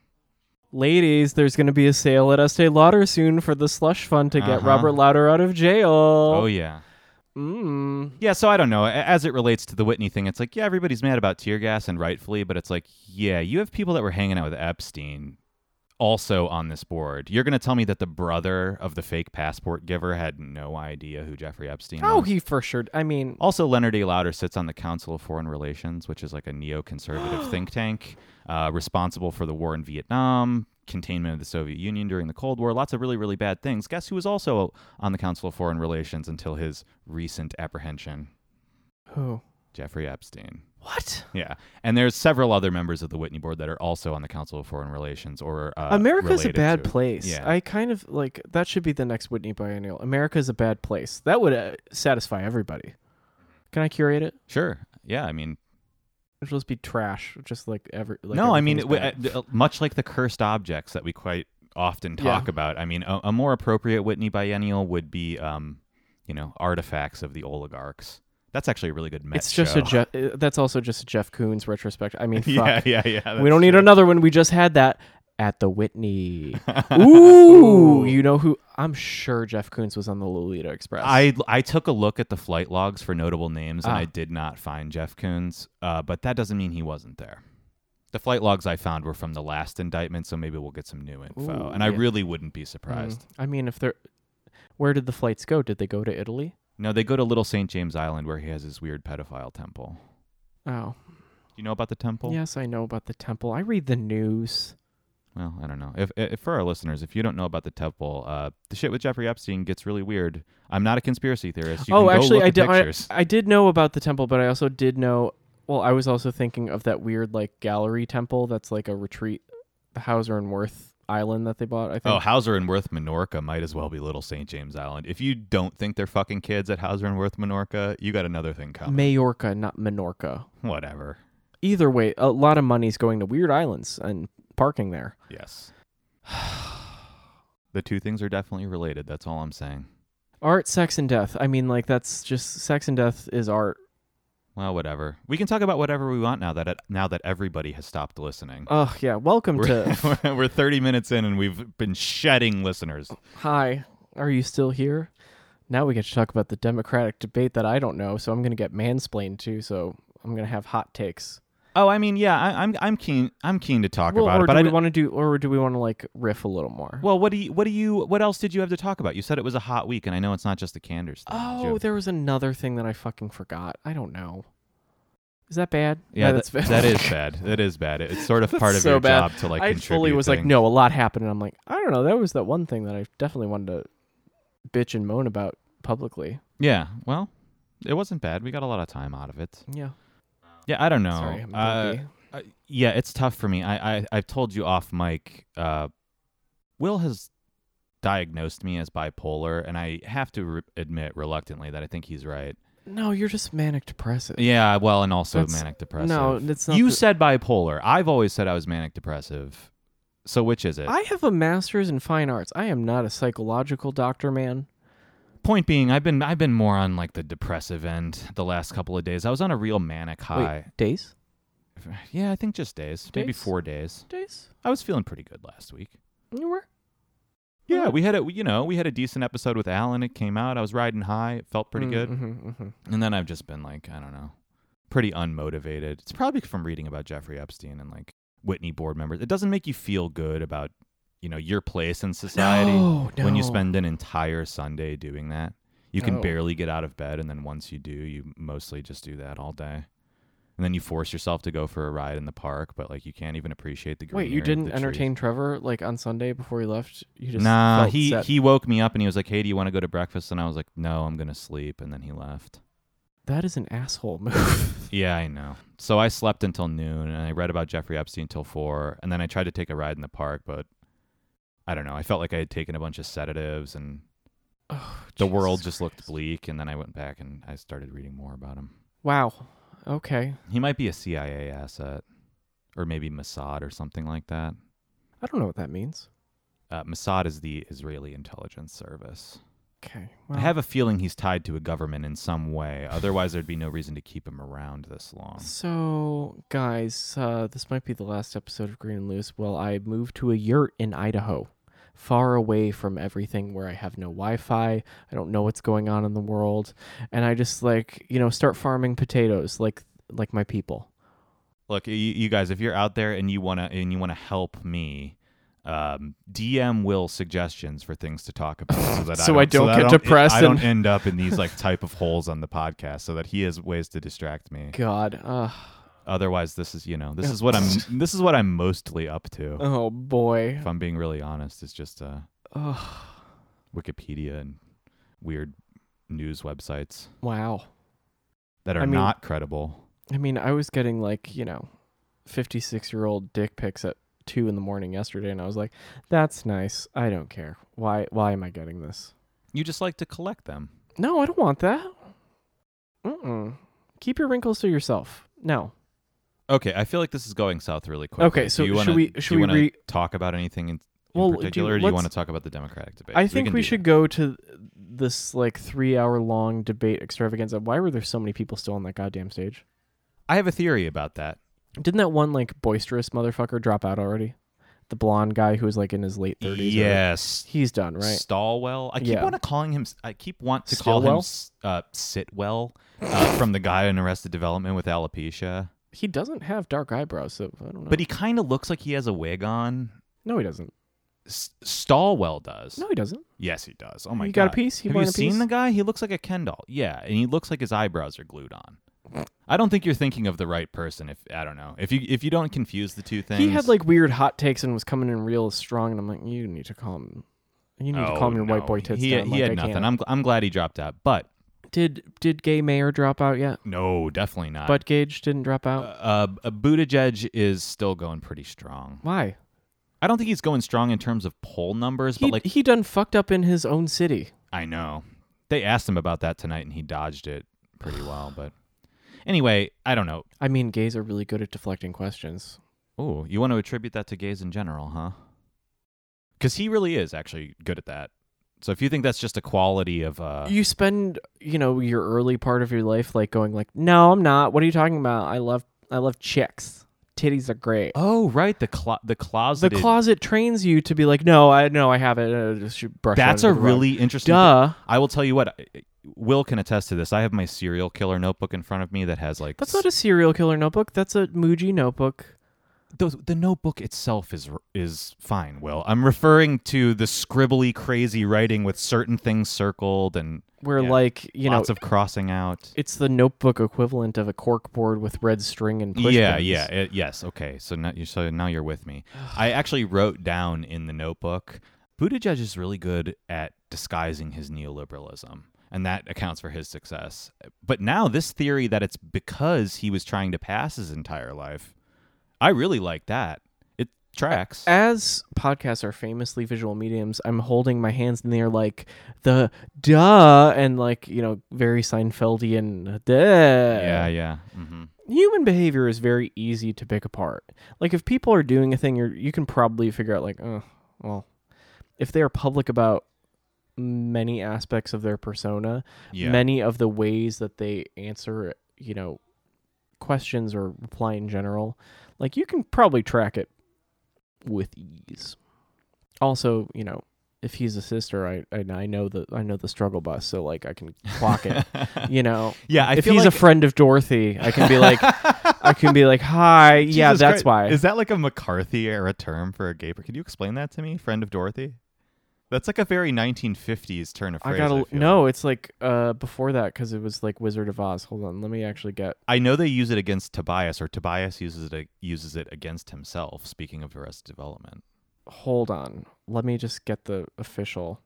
ladies, there's going to be a sale at Estee Lauder soon for the slush fund to get
Uh-huh.
Robert Lauder out of jail.
Oh
Oh,
yeah.
mm.
Yeah, so I don't know. A- As it relates to the Whitney thing, it's like, yeah, everybody's mad about tear gas and rightfully, but it's like, yeah, you have people that were hanging out with Epstein also on this board. You're going to tell me that the brother of the fake passport giver had no idea who Jeffrey Epstein
oh,
was?
he for sure. I mean,
also, Leonard A. Lauder sits on the Council of Foreign Relations, which is like a
(gasps)
neoconservative think tank uh, responsible for the war in Vietnam, containment of the Soviet Union during the Cold War, lots of really, really bad things. Guess who was also on the Council of Foreign Relations until his recent apprehension?
who?
Jeffrey Epstein.
What?
Yeah, and there's several other members of the Whitney Board that are also on the Council of Foreign Relations or uh,
America's a
related
bad
to it.
place.
Yeah.
I kind of like that should be the next Whitney biennial. America's a bad place. That would uh, satisfy everybody. Can I curate it?
Sure. Yeah, I mean,
It'll just be trash, just like every. Like
no, I mean,
everything's
it-
bad.
uh, th- much like the cursed objects that we quite often talk
Yeah.
about. I mean, a, a more appropriate Whitney biennial would be, um, you know, artifacts of the oligarchs. That's actually a really good. Met
it's just
show.
a Jeff. uh, That's also just a Jeff Koons retrospective. I mean,
(laughs) yeah,
fuck.
yeah, yeah.
we
that's
don't need
true.
another one. We just had that at the
(laughs)
Whitney. Ooh, you know who? I'm sure Jeff Koons was on the Lolita Express.
I I took a look at the flight logs for notable names and
Ah.
I did not find Jeff Koons, uh, but that doesn't mean he wasn't there. The flight logs I found were from the last indictment, so maybe we'll get some new info.
Ooh,
and I
yeah.
really wouldn't be
Mm.
surprised.
I mean, if they're, where did the flights go? Did they go to Italy?
No, they go to Little St. James Island where he has his weird pedophile temple.
Oh,
Do you know about the temple?
yes, I know about the temple. I read the news.
Well, I don't know. If, if for our listeners, if you don't know about the temple, uh, the shit with Jeffrey Epstein gets really weird. I'm not a conspiracy theorist. You
oh,
can
actually,
go look
I
at
did. I,
pictures.
I did know about the temple, but I also did know. Well, I was also thinking of that weird like gallery temple that's like a retreat, the Hauser and Worth island that they bought. I think.
Oh, Hauser and Worth Minorca might as well be Little St. James Island. If you don't think they're fucking kids at Hauser and Worth Minorca, you got another thing coming.
Majorca, not Minorca.
Whatever.
Either way, a lot of money's going to weird islands and parking there.
Yes. (sighs) the two things are definitely related. That's all I'm saying.
Art, sex, and death. I mean, like that's just sex and death is art.
Well, whatever. We can talk about whatever we want now that it, now that everybody has stopped listening.
Oh yeah, welcome
We're, (laughs)
to. (laughs)
we're 30 minutes in and we've been shedding listeners.
Hi, are you still here? Now we get to talk about the Democratic debate that I don't know, so I'm gonna get mansplained too. So I'm gonna have hot takes.
Oh, I mean, yeah, I, I'm I'm keen I'm keen to talk
Well,
about
or
it, but
do
I
we
don't-
want to do, or do we want to like riff a little more?
well, what do you what do you what else did you have to talk about? You said it was a hot week, and I know it's not just the Canders. thing. Did you
Oh,
have-
there was another thing that I fucking forgot. I don't know. Is that bad?
yeah,
that's
that,
bad.
that
(laughs)
is bad. That is bad. It- It's sort of
That's
part of
so
your
bad.
job to like.
I
contribute
fully was like,
things.
no, a lot happened, and I'm like, I don't know. That was that one thing that I definitely wanted to bitch and moan about publicly.
Yeah, well, it wasn't bad. We got a lot of time out of it.
Yeah.
Yeah, I don't know.
Sorry, I'm
Uh,
grumpy.
Uh, yeah, it's tough for me. I, I I've told you off mic. Uh, Will has diagnosed me as bipolar, and I have to re- admit reluctantly that I think he's right.
No, you're just manic depressive.
Yeah, well, and also
That's-
manic depressive.
No, that's not.
you
the-
said bipolar. I've always said I was manic depressive. So which is it?
I have a master's in fine arts. I am not a psychological doctor, man.
Point being, I've been I've been more on like the depressive end the last couple of days. I was on a real manic high.
Wait, days?
Yeah, I think just days, maybe
Days?
four days.
Days?
I was feeling pretty good last week.
You were?
Yeah, we had a you know we had a decent episode with Alan. It came out. I was riding high. It felt pretty good.
Mm-hmm, mm-hmm.
And then I've just been like I don't know, pretty unmotivated. It's probably from reading about Jeffrey Epstein and like Whitney board members. It doesn't make you feel good about you know your place in society
No,
when you
no.
spend an entire Sunday doing that. You can
No.
barely get out of bed, and then once you do, you mostly just do that all day. And then you force yourself to go for a ride in the park, but like you can't even appreciate the greenery
Wait, you
of
didn't
the trees.
entertain Trevor like on Sunday before he left? You just
Nah,
felt
he
set.
he woke me up and he was like, "Hey, do you want to go to breakfast?" And I was like, "No, I'm gonna sleep." And then he left.
that is an asshole move.
Yeah, I know. So I slept until noon, and I read about Jeffrey Epstein till four, and then I tried to take a ride in the park, but I don't know. I felt like I had taken a bunch of sedatives, and
Oh,
(laughs) the
Jesus
world just looked
Christ.
bleak. And then I went back and I started reading more about him.
Wow. Okay.
He might be a CIA asset, or maybe Mossad or something like that.
I don't know what that means.
Uh, Mossad is the Israeli intelligence service.
Okay.
I have a feeling he's tied to a government in some way. Otherwise, there'd be no reason to keep him around this long.
So, guys, uh, this might be the last episode of Green and Loose. Well, I moved to a yurt in Idaho, far away from everything where I have no Wi Fi. I don't know what's going on in the world. And I just, like, you know, start farming potatoes like like my people.
Look, you, you guys, if you're out there and you wanna and you wanna help me, um, DM will suggestions for things to talk about so
(laughs)
that
So I
I don't,
don't
that
get depressed
I don't
and- (laughs)
end up in these like type of holes on the podcast, so that he has ways to distract me.
God. Uh,
Otherwise, this is you know this is what I'm
(laughs)
this is what I'm mostly up to.
oh, boy.
If I'm being really honest, it's just uh,
Ugh.
Wikipedia and weird news websites
Wow.
that are
I mean-
not credible.
I mean, I was getting like, you know, 56 year old dick pics at two in the morning yesterday, and I was like, that's nice. I don't care. Why, why am I getting this?
You just like to collect them.
No, I don't want that. Mm-mm. Keep your wrinkles to yourself. No.
Okay, I feel like this is going south really quick.
Okay, so should we- should
do you
we
wanna
re-
talk about anything in, in
Well, do-
particular, or do you
let's-
want to talk about the Democratic debate?
I think
can
we
do
should go to this like three hour long debate extravaganza. Why were there so many people still on that goddamn stage?
that. I have a theory about that.
Didn't that one like boisterous motherfucker drop out already? The blonde guy who was like in his late 30s. or-
yes,
He's done, right?
Stallwell. I keep
Yeah.
want to calling him. I keep want to call him
Stillwell?
S- uh, Sitwell uh, from the guy in Arrested Development with alopecia,
He doesn't have dark eyebrows, so I don't know.
but he kind of looks like he has a wig on.
No, he doesn't.
S- Stallwell does.
No, he doesn't.
Yes, he does. Oh my
you
god!
got a piece? He
Have you
wanted a
seen
piece?
the guy? He looks like a Ken doll. Yeah, and he looks like his eyebrows are glued on. I don't think you're thinking of the right person. If I don't know, if you if you don't confuse the two things,
He had like weird hot takes and was coming in real strong, and I'm like, you need to calm. You need to
Oh,
calm your
no.
white boy tits
He,
down.
he
like,
had
I
nothing.
can't.
I'm gl- I'm glad he dropped out, but
Did did gay mayor drop out yet?
no, definitely not.
Butt gauge didn't drop out.
uh, uh, Buttigieg is still going pretty strong.
Why?
I don't think he's going strong in terms of poll numbers,
He,
but like
he done fucked up in his own city.
I know. They asked him about that tonight and he dodged it pretty well, but anyway, I don't know.
I mean, gays are really good at deflecting questions.
Oh, you want to attribute that to gays in general, huh? Cuz he really is actually good at that. So if you think that's just a quality of uh
you spend, you know, your early part of your life like going like, "No, I'm not. What are you talking about? I love I love chicks. Titties are great."
Oh, right, the clo- the
the
closet
closet trains you to be like, "No, I no, I have it. Uh, just should brush
That's
that
a
under the rug."
really interesting
duh.
I will tell you what, I- I- Will can attest to this. I have my serial killer notebook in front of me that has like
That's not a serial killer notebook. That's a Muji notebook.
the, the notebook itself is is fine. Will I'm referring to the scribbly, crazy writing with certain things circled and
where
Yeah.
like you know
lots of crossing out.
it's the notebook equivalent of a cork board with red string and push
yeah,
pins.
yeah, it- yes. Okay, so now you so now you're with me. I actually wrote down in the notebook. Buttigieg is really good at disguising his neoliberalism, and that accounts for his success. But now this theory that it's because he was trying to pass his entire life, I really like that. It tracks.
As podcasts are famously visual mediums, I'm holding my hands in the air like the duh and like you know very Seinfeldian duh.
yeah, yeah. hmm
Human behavior is very easy to pick apart. Like if people are doing a thing, you you can probably figure out like oh well, if they are public about many aspects of their persona,
Yeah.
many of the ways that they answer, you know, questions or reply in general, like you can probably track it with ease. Also, you know, if he's a sister, I I, I know the I know the struggle bus, so like I can
(laughs)
clock it. you know,
yeah, I
if
feel
he's a
like
friend of Dorothy, I can be like, I can be
(laughs)
like, hi, yeah,
Jesus
that's
Christ.
why.
Is that like a McCarthy era term for a gay? per- Can you explain that to me, friend of Dorothy? That's like a very 1950s turn of
I
phrase.
gotta
feel.
no. It's like uh before that because it was like Wizard of Oz. Hold on, let me actually get
I know they use it against Tobias, or Tobias uses it uses it against himself. Speaking of Arrested Development,
hold on. Let me just get the official.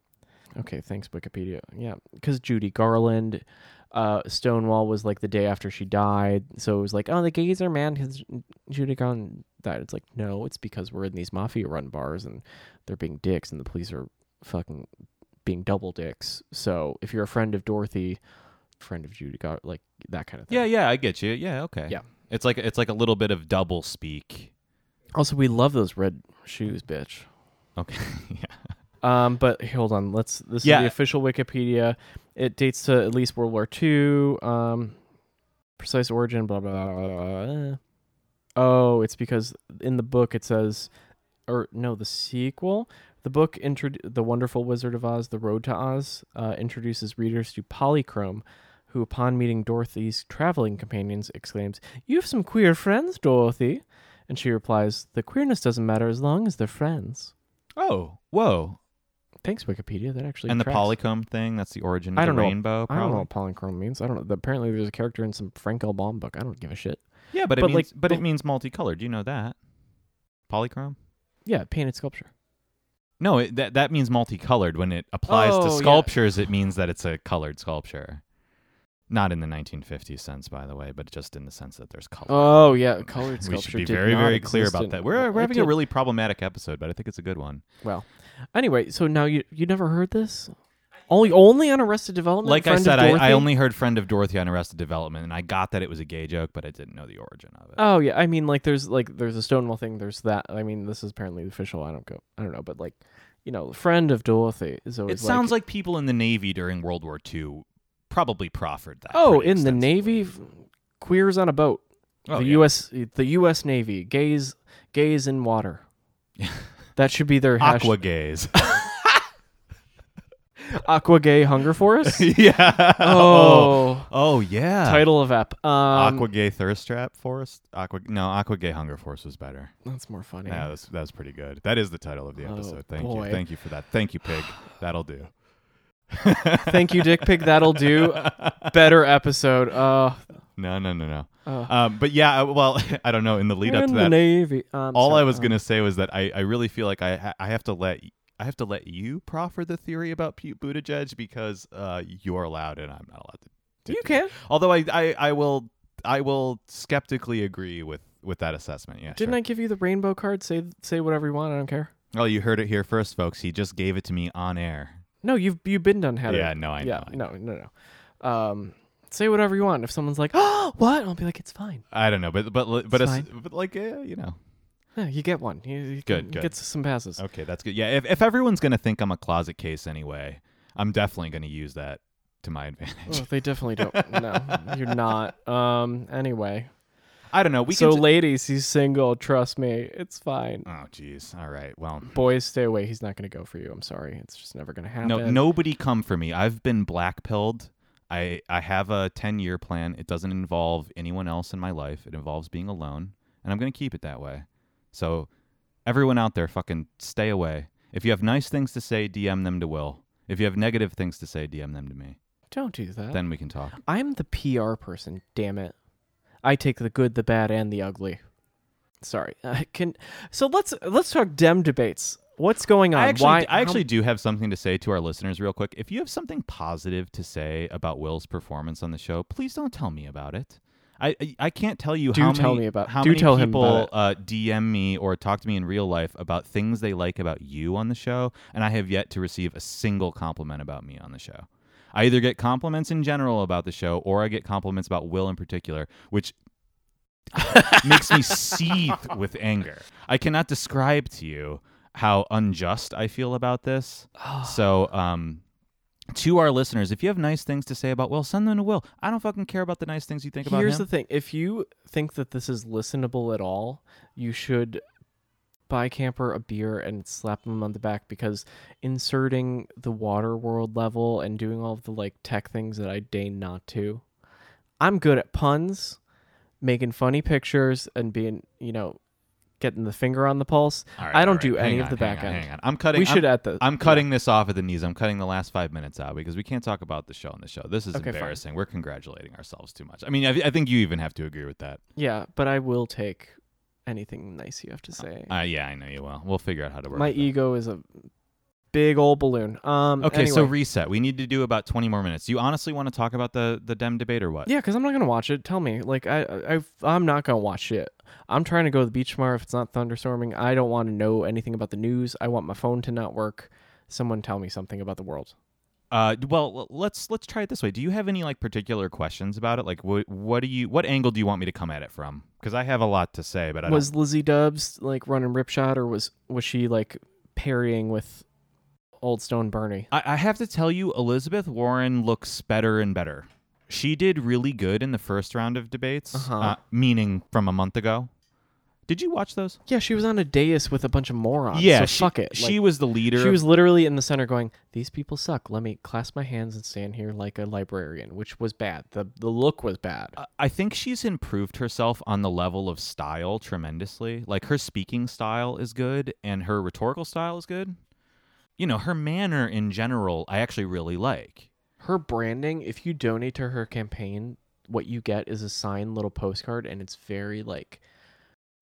Okay, thanks Wikipedia. Yeah, because Judy Garland, uh, Stonewall was like the day after she died, so it was like, oh, the gays are mad because Judy Garland died. It's like, no, it's because we're in these mafia-run bars and they're being dicks, and the police are fucking being double dicks. So if you're a friend of Dorothy, friend of Judy Garland, like that kind of thing.
yeah, yeah, I get you. Yeah, okay.
Yeah.
it's like it's like a little bit of double speak.
Also, we love those red shoes, bitch.
Okay, (laughs) yeah.
Um, but hold on, let's. This
Yeah.
is the official Wikipedia. It dates to at least World War II. Um, precise origin, blah blah blah. blah, blah. Oh, it's because in the book it says, or no, the sequel. The book, introdu- The Wonderful Wizard of Oz, The Road to Oz, uh, introduces readers to Polychrome, who, upon meeting Dorothy's traveling companions, exclaims, You have some queer friends, Dorothy. And she replies, The queerness doesn't matter as long as they're friends.
Oh, whoa!
Thanks, Wikipedia. That actually
and the
tracks.
polycomb thing—that's the origin of
I
the
don't know.
rainbow.
I don't know
Probably.
what polychrome means. I don't know. Apparently, there's a character in some Franco Baum book. I don't give a shit.
Yeah, but it
But,
means,
like,
but
the-
it means multicolored. You know that polychrome.
Yeah, painted sculpture.
No, it, that that means multicolored. When it applies
Oh, yeah.
to sculptures, it means that it's a colored sculpture. Not in the 1950s sense, by the way, but just in the sense that there's color.
Oh yeah, colored sculpture.
(laughs) we should be
did
very,
not
very clear
exist
about
in-
that. We're,
Well,
we're
it
having a
did-
really problematic episode, but I think it's a good one.
well. Anyway, so now you you never heard this? Only only on Arrested Development.
Like I
Friend of
said, I, I
Dorothy?
only heard "Friend of Dorothy" on Arrested Development, and I got that it was a gay joke, but I didn't know the origin of it.
Oh yeah, I mean like there's like there's a Stonewall thing. There's that. I mean this is apparently official. I don't go. I don't know, but like you know, friend of Dorothy is always.
it sounds like people in the Navy during World War II probably proffered that.
oh
pretty
in the
extensively.
Navy, f- queers on a boat.
Oh,
the
yeah.
U.S. the U.S. Navy gays gays
(laughs)
in water. that should be their hash-
aqua gays.
(laughs)
(laughs)
aqua gay hunger
(laughs)
force.
yeah.
oh,
Oh yeah.
title of app. Um,
Aqua Gay Thirst Trap Forest. Aqua no, Aqua Gay Hunger Force was better.
That's more funny.
Yeah, that's that's pretty good. That is the title of the
Oh,
episode. Thank
boy.
you. Thank you for that. Thank you,
(sighs)
Pig. That'll do. (laughs)
(laughs) Thank you, Dick Pig. That'll do. Better episode. Uh,
No, no, no, no.
uh,
Um, but yeah, I- well, (laughs) I don't know. In the lead
we're
up
in
to
the
that,
Navy. Um,
all
sorry,
I was
um,
gonna say was that I, I really feel like I ha- I have to let I have to let you proffer the theory about Pete Buttigieg because uh, you're allowed and I'm not allowed to. to
You
do
can.
Although I, I, I will I will skeptically agree with with that assessment. Yeah.
Didn't I give you the rainbow card? Say say whatever you want. I don't care.
I? Oh, you heard it here first, folks. He just gave it to me on air.
No, you've you've been done, Heather.
Yeah. No, I
yeah,
know. I know.
no, no, no. Um, say whatever you want. If someone's like, (gasps) "Oh, what?" I'll be like, "It's fine.
I don't know, but but but,
It's
it's- but like eh, you know.
Yeah, you get one. You, you
Good,
can-
good.
Gets some passes.
Okay, that's good. Yeah, if if everyone's gonna think I'm a closet case anyway, I'm definitely gonna use that to my advantage.
Oh, they definitely don't. No, you're not. Um. Anyway,
I don't know. We
so
can. ju-
ladies, he's single. Trust me, it's fine.
oh, jeez. All right. Well,
Boys, stay away. He's not gonna go for you. I'm sorry. It's just never gonna happen.
no, nobody come for me. I've been black pilled. I I have a ten year plan. It doesn't involve anyone else in my life. It involves being alone, and I'm gonna keep it that way. So, everyone out there, fucking stay away. If you have nice things to say, DM them to Will. If you have negative things to say, DM them to me.
don't do that.
Then we can talk.
I'm the PR person. Damn it, I take the good, the bad, and the ugly. Sorry. (laughs) I can. So let's let's talk dem debates. What's going on?
I actually,
Why?
I
how-
actually do have something to say to our listeners, real quick. If you have something positive to say about Will's performance on the show, please don't tell me about it. I I- I can't tell you
Do
how
tell
many,
me about-
how
do
many
tell him
people
about it.
uh, DM me or talk to me in real life about things they like about you on the show, and I have yet to receive a single compliment about me on the show. I either get compliments in general about the show, or I get compliments about Will in particular, which (laughs) makes me seethe with anger. I cannot describe to you how unjust I feel about this.
Ah.
So, um, to our listeners, if you have nice things to say about Will, send them to Will. I don't fucking care about the nice things you think about
Here's
him.
the thing: if you think that this is listenable at all, you should buy Camper a beer and slap him on the back because inserting the water world level and doing all of the like tech things that I deign not to. I'm good at puns, making funny pictures, and being you know getting the finger on the pulse.
All right,
I don't
all right.
do any
Hang
of
on,
the
hang
back
on,
end.
hang on. I'm cutting.
We
I'm-
should at the.
I'm cutting this off at the knees. I'm cutting the last five minutes out because we can't talk about the show on the show. This is
Okay, fine.
embarrassing. We're congratulating ourselves too much. I mean, I, I think you even have to agree with that.
yeah, but I will take anything nice you have to say.
Uh, yeah, I know you will. We'll figure out how to work.
My
with that.
ego is a big old balloon. Um.
Okay, so
anyway.
reset. We need to do about 20 more minutes. Do you honestly want to talk about the the Dem debate or what?
Yeah, because I'm not gonna watch it. Tell me, like I, I, I'm not gonna watch it. I'm trying to go to the beach tomorrow. If it's not thunderstorming, I don't want to know anything about the news. I want my phone to not work. Someone tell me something about the world.
Uh, d- well, l- let's let's try it this way. Do you have any like particular questions about it? Like, what what do you what angle do you want me to come at it from? Because I have a lot to say, but uh, I
Was Lizzie Dubs like running ripshot, or was was she like parrying with Old Stone Bernie?
don't. I, I have to tell you, Elizabeth Warren looks better and better. She did really good in the first round of debates,
Uh-huh.
uh, meaning from a month ago. Did you watch those?
Yeah, she was on a dais with a bunch of morons.
yeah,
so
she,
fuck it.
She
Like,
was the leader.
she
of-
was literally in the center going, "These people suck. Let me clasp my hands and stand here like a librarian," which was bad. the The look was bad.
I- I think she's improved herself on the level of style tremendously. Like her speaking style is good and her rhetorical style is good. You know, her manner in general, I actually really like.
her branding if you donate to her campaign what you get is a signed little postcard and it's very like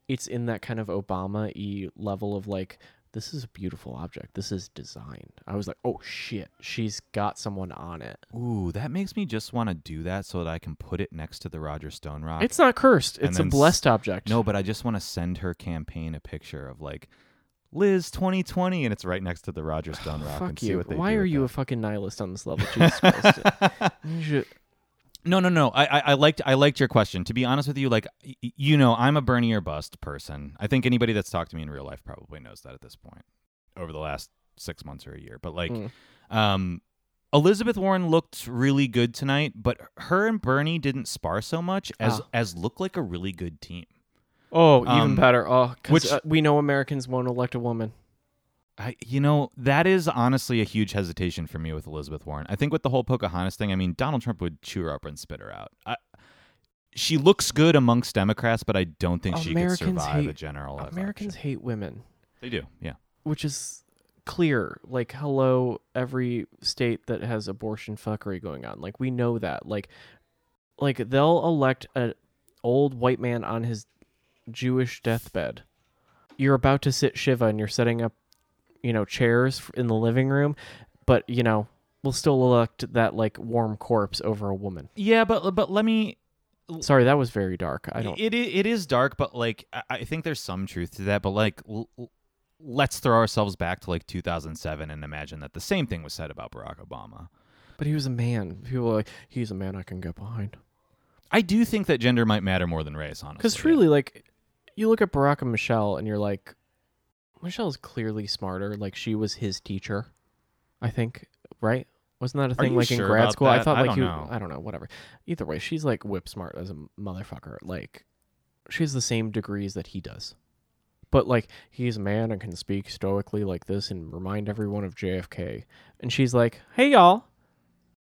it's in that kind of obama e level of like this is a beautiful object this is designed i was like oh shit she's got someone on it
Ooh, that makes me just want to do that so that I can put it next to the Roger Stone rock.
it's not cursed
And
it's a
then s-
blessed object
no, but I just want to send her campaign a picture of like Liz 2020 and it's right next to the
(sighs)
Roger Stone rock and
fuck
see
you
what they
why
do
are
with
you a
that.
fucking nihilist on
(laughs)
this level jesus christ You should-
No, no, no. I, I, I liked I liked your question. To be honest with you, like y- y- you know, I'm a Bernie or bust person. I think anybody that's talked to me in real life probably knows that at this point over the last six months or a year. But like,
Mm.
um, Elizabeth Warren looked really good tonight, but her and Bernie didn't spar so much as
Ah.
as look like a really good team.
oh even
Um,
better oh 'cause,
which-
uh, we know americans won't elect a woman
I, you know, that is honestly a huge hesitation for me with Elizabeth Warren. I think with the whole Pocahontas thing, I mean, Donald Trump would chew her up and spit her out. I, she looks good amongst Democrats, but I don't think she could
Americans
survive a
hate-
general election.
americans hate women
They do, yeah.
which is clear like hello every state that has abortion fuckery going on like we know that like like they'll elect an old white man on his jewish deathbed you're about to sit shiva and you're setting up you know chairs f- in the living room but you know we'll still elect that like warm corpse over a woman
Yeah, but but let me l-
Sorry, that was very dark. I don't.
It, it it is dark, but like I, I think there's some truth to that. But like, l- l- let's throw ourselves back to like 2007 and imagine that the same thing was said about Barack Obama.
But he was a man. People were like, he's a man I can get behind.
I do think that gender might matter more than race, honestly.
Because truly, like, you look at Barack and Michelle, and you're like, Michelle's clearly smarter. Like, she was his teacher, I think. Right? Wasn't that a thing?
you
Like in
sure
grad
about
school, I
that?
thought
I
like
don't
you.
know.
I don't know. Whatever. Either way, she's like whip smart as a motherfucker. Like, she has the same degrees that he does. But like, he's a man and can speak stoically like this and remind everyone of JFK. And she's like, hey y'all.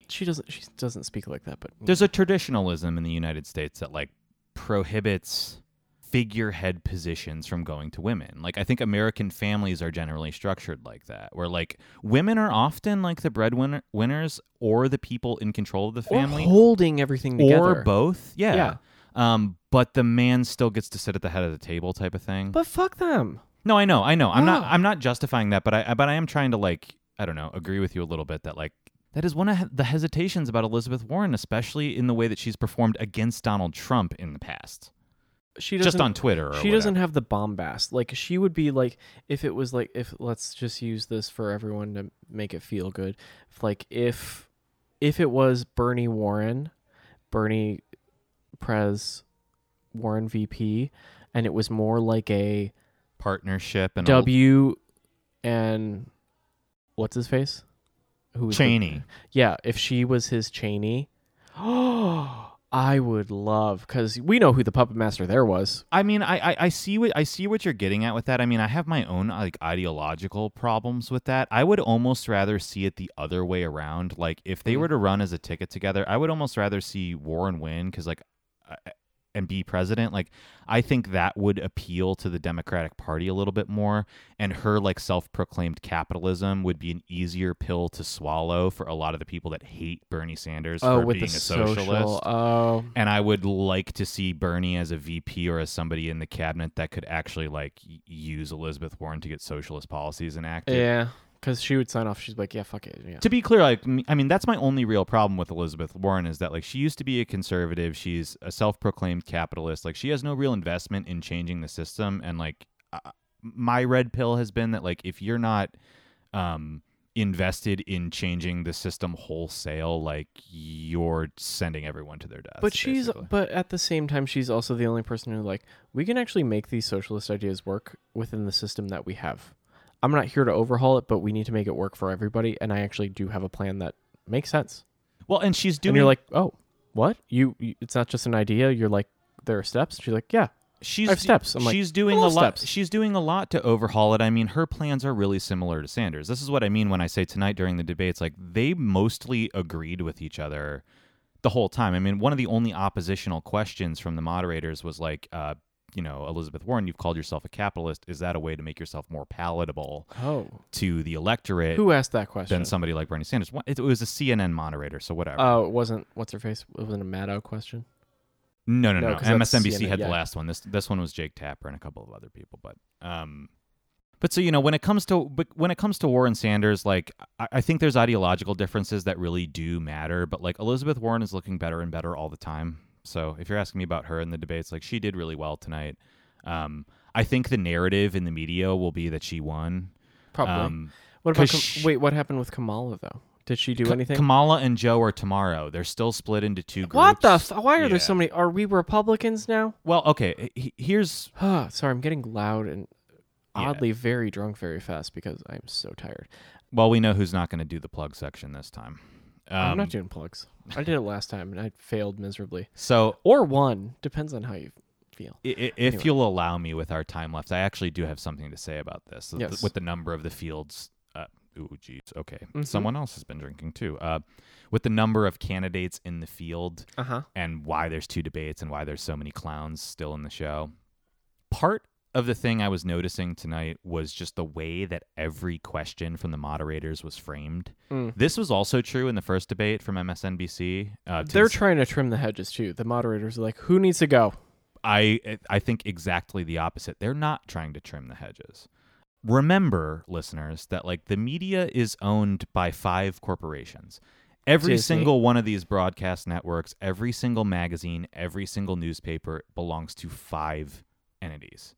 She doesn't. She doesn't speak like that. But you
there's a traditionalism in the United States that like prohibits figurehead positions from going to women. Like I think American families are generally structured like that, where like women are often like the breadwinner winners or the people in control of the family.
or holding everything together.
or both. Yeah. Um, but the man still gets to sit at the head of the table, type of thing.
But fuck them.
no, I know, I know. I'm not,
Yeah.
I'm not justifying that, but I, I- but I am trying to like, I don't know, agree with you a little bit that like that is one of he- the hesitations about Elizabeth Warren, especially in the way that she's performed against Donald Trump in the past,
She doesn't.
just on Twitter. Or
she doesn't have the bombast. Like she would be like if it was like if let's just use this for everyone to make it feel good. If, like if if it was Bernie Warren, Bernie Prez, Warren VP, and it was more like a
partnership and all-
W and what's his face? Who was the-
Cheney.
Yeah, if she was his Cheney, (gasps) I would love because we know who the puppet master there was.
I mean, I, I I see what I see what you're getting at with that. I mean, I have my own like ideological problems with that. I would almost rather see it the other way around. Like if they
Mm.
were to run as a ticket together, I would almost rather see Warren win because like I- and be president. Like I think that would appeal to the Democratic Party a little bit more, and her like self-proclaimed capitalism would be an easier pill to swallow for a lot of the people that hate Bernie Sanders
Oh,
for
with
being
the
a socialist
social. Oh,
and I would like to see Bernie as a VP or as somebody in the cabinet that could actually like y- use Elizabeth Warren to get socialist policies enacted.
yeah, because she would sign off. She's like, yeah, fuck it. Yeah,
To be clear, like m- I mean, that's my only real problem with Elizabeth Warren is that like she used to be a conservative. She's a self-proclaimed capitalist. Like she has no real investment in changing the system. And like uh, my red pill has been that like if you're not um, invested in changing the system wholesale, like you're sending everyone to their death.
but she's
basically.
but at the same time, she's also the only person who like we can actually make these socialist ideas work within the system that we have. I'm not here to overhaul it, but we need to make it work for everybody. And I actually do have a plan that makes sense.
well, and she's doing
and you're like, oh, what? You, you? It's not just an idea. You're like, there are steps. She's like, yeah,
she's
I have steps. I'm like,
she's doing
I
a
love
lot.
steps.
She's doing a lot to overhaul it. I mean, her plans are really similar to Sanders. This is what I mean when I say tonight during the debates, like they mostly agreed with each other the whole time. I mean, one of the only oppositional questions from the moderators was like, uh, you know, Elizabeth Warren, you've called yourself a capitalist. Is that a way to make yourself more palatable
oh,
to the electorate
who asked that question?
than somebody like Bernie Sanders? What- It was a CNN moderator, so whatever.
Oh, it wasn't. What's her face? It wasn't a Maddow question.
No, no,
No,
no.
'cause that's
MSNBC
CNN,
had
yeah.
the last one. This this one was Jake Tapper and a couple of other people, but um but so you know when it comes to but when it comes to Warren Sanders, like I, I think there's ideological differences that really do matter, but like Elizabeth Warren is looking better and better all the time. So if you're asking me about her in the debates, like she did really well tonight. Um I think the narrative in the media will be that she won.
Probably.
Um,
what about?
'cause
Kam-
sh-
wait, what happened with Kamala though? Did she do
Ka-
anything?
Kamala and Joe are tomorrow. They're still split into two groups.
what the? F- why are
Yeah.
there so many? Are we
(sighs)
Republicans now? (sighs)
well, okay. he- here's
Sorry, I'm getting loud and
Yeah.
oddly very drunk very fast because I'm so tired.
Well, we know who's not going to do the plug section this time. Um,
I'm not doing plugs.
(laughs)
I did it last time and I failed miserably.
so
Or one depends on how you feel.
i- i- if you'll allow me with our time left, I actually do have something to say about this with the-
Yes.
with the number of the fields. Uh, ooh, geez. Okay.
Mhm.
Someone else has been drinking too. Uh, with the number of candidates in the field
Uh huh.
and why there's two debates and why there's so many clowns still in the show. Part of the thing I was noticing tonight was just the way that every question from the moderators was framed.
Mm.
This was also true in the first debate from MSNBC. Uh, to
They're
the
trying to trim the hedges too. The moderators are like, who needs to go?
I I think exactly the opposite. They're not trying to trim the hedges. Remember, listeners, that like the media is owned by five corporations. Every
Disney.
single one of these broadcast networks, every single magazine, every single newspaper belongs to five entities.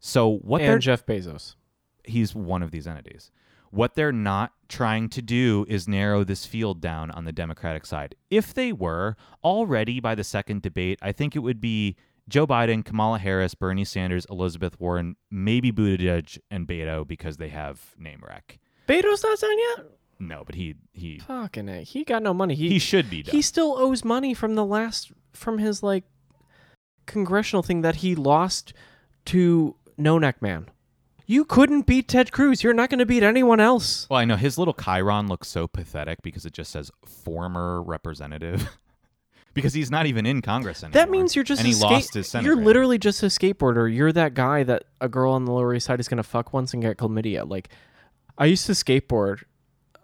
So what
and
they're
Jeff Bezos.
he's one of these entities. What they're not trying to do is narrow this field down on the Democratic side. If they were already by the second debate, I think it would be Joe Biden, Kamala Harris, Bernie Sanders, Elizabeth Warren, maybe Buttigieg and Beto because they have name rec.
Bezos not done yet.
No, but he he
Fucking it. He got no money.
he should be done.
he still owes money from the last from his like congressional thing that he lost to No Neck Man. You couldn't beat Ted Cruz. You're not going to beat anyone else.
Well, I know his little Chiron looks so pathetic because it just says former representative. (laughs) because he's not even in Congress anymore.
That means you're just
and he
a skate-
lost his Senate.
You're
race.
literally just a skateboarder. You're that guy that a girl on the Lower East Side is going to fuck once and get chlamydia. Like, I used to skateboard.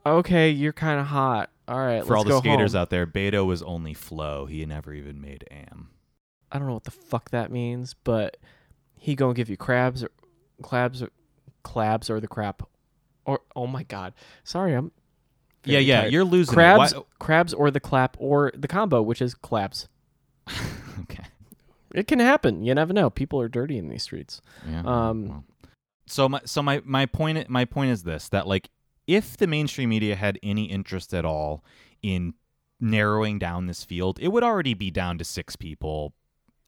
Okay, you're kind of hot. All right,
for all
let's
the
go
skaters
home.
out there. Beto was only flow. He never even made am.
I don't know what the fuck that means, but he gonna give you crabs or clabs or clabs or the crap or oh my god. Sorry, I'm
Yeah,
very
yeah,
tired.
you're losing. it.
crabs
Why- (laughs)
crabs or the clap or the combo, which is claps.
okay.
It can happen. You never know. People are dirty in these streets.
Yeah,
Um,
Oh, well. so my so my my point my point is this that like if the mainstream media had any interest at all in narrowing down this field, it would already be down to six people.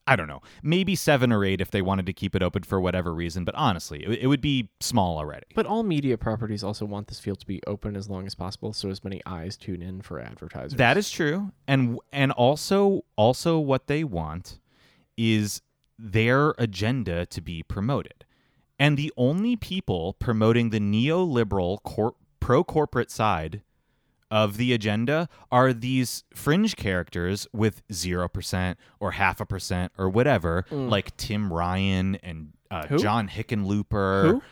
I don't know, maybe seven or eight if they wanted to keep it open for whatever reason. But honestly, it, it would be small already.
But all media properties also want this field to be open as long as possible, so as many eyes tune in for advertisers.
That is true, and and also also what they want is their agenda to be promoted, and the only people promoting the neoliberal cor- pro corporate side of the agenda are these fringe characters with zero percent or half a percent or whatever, like Tim Ryan and uh,
Mm. Who?
John Hickenlooper.
Who?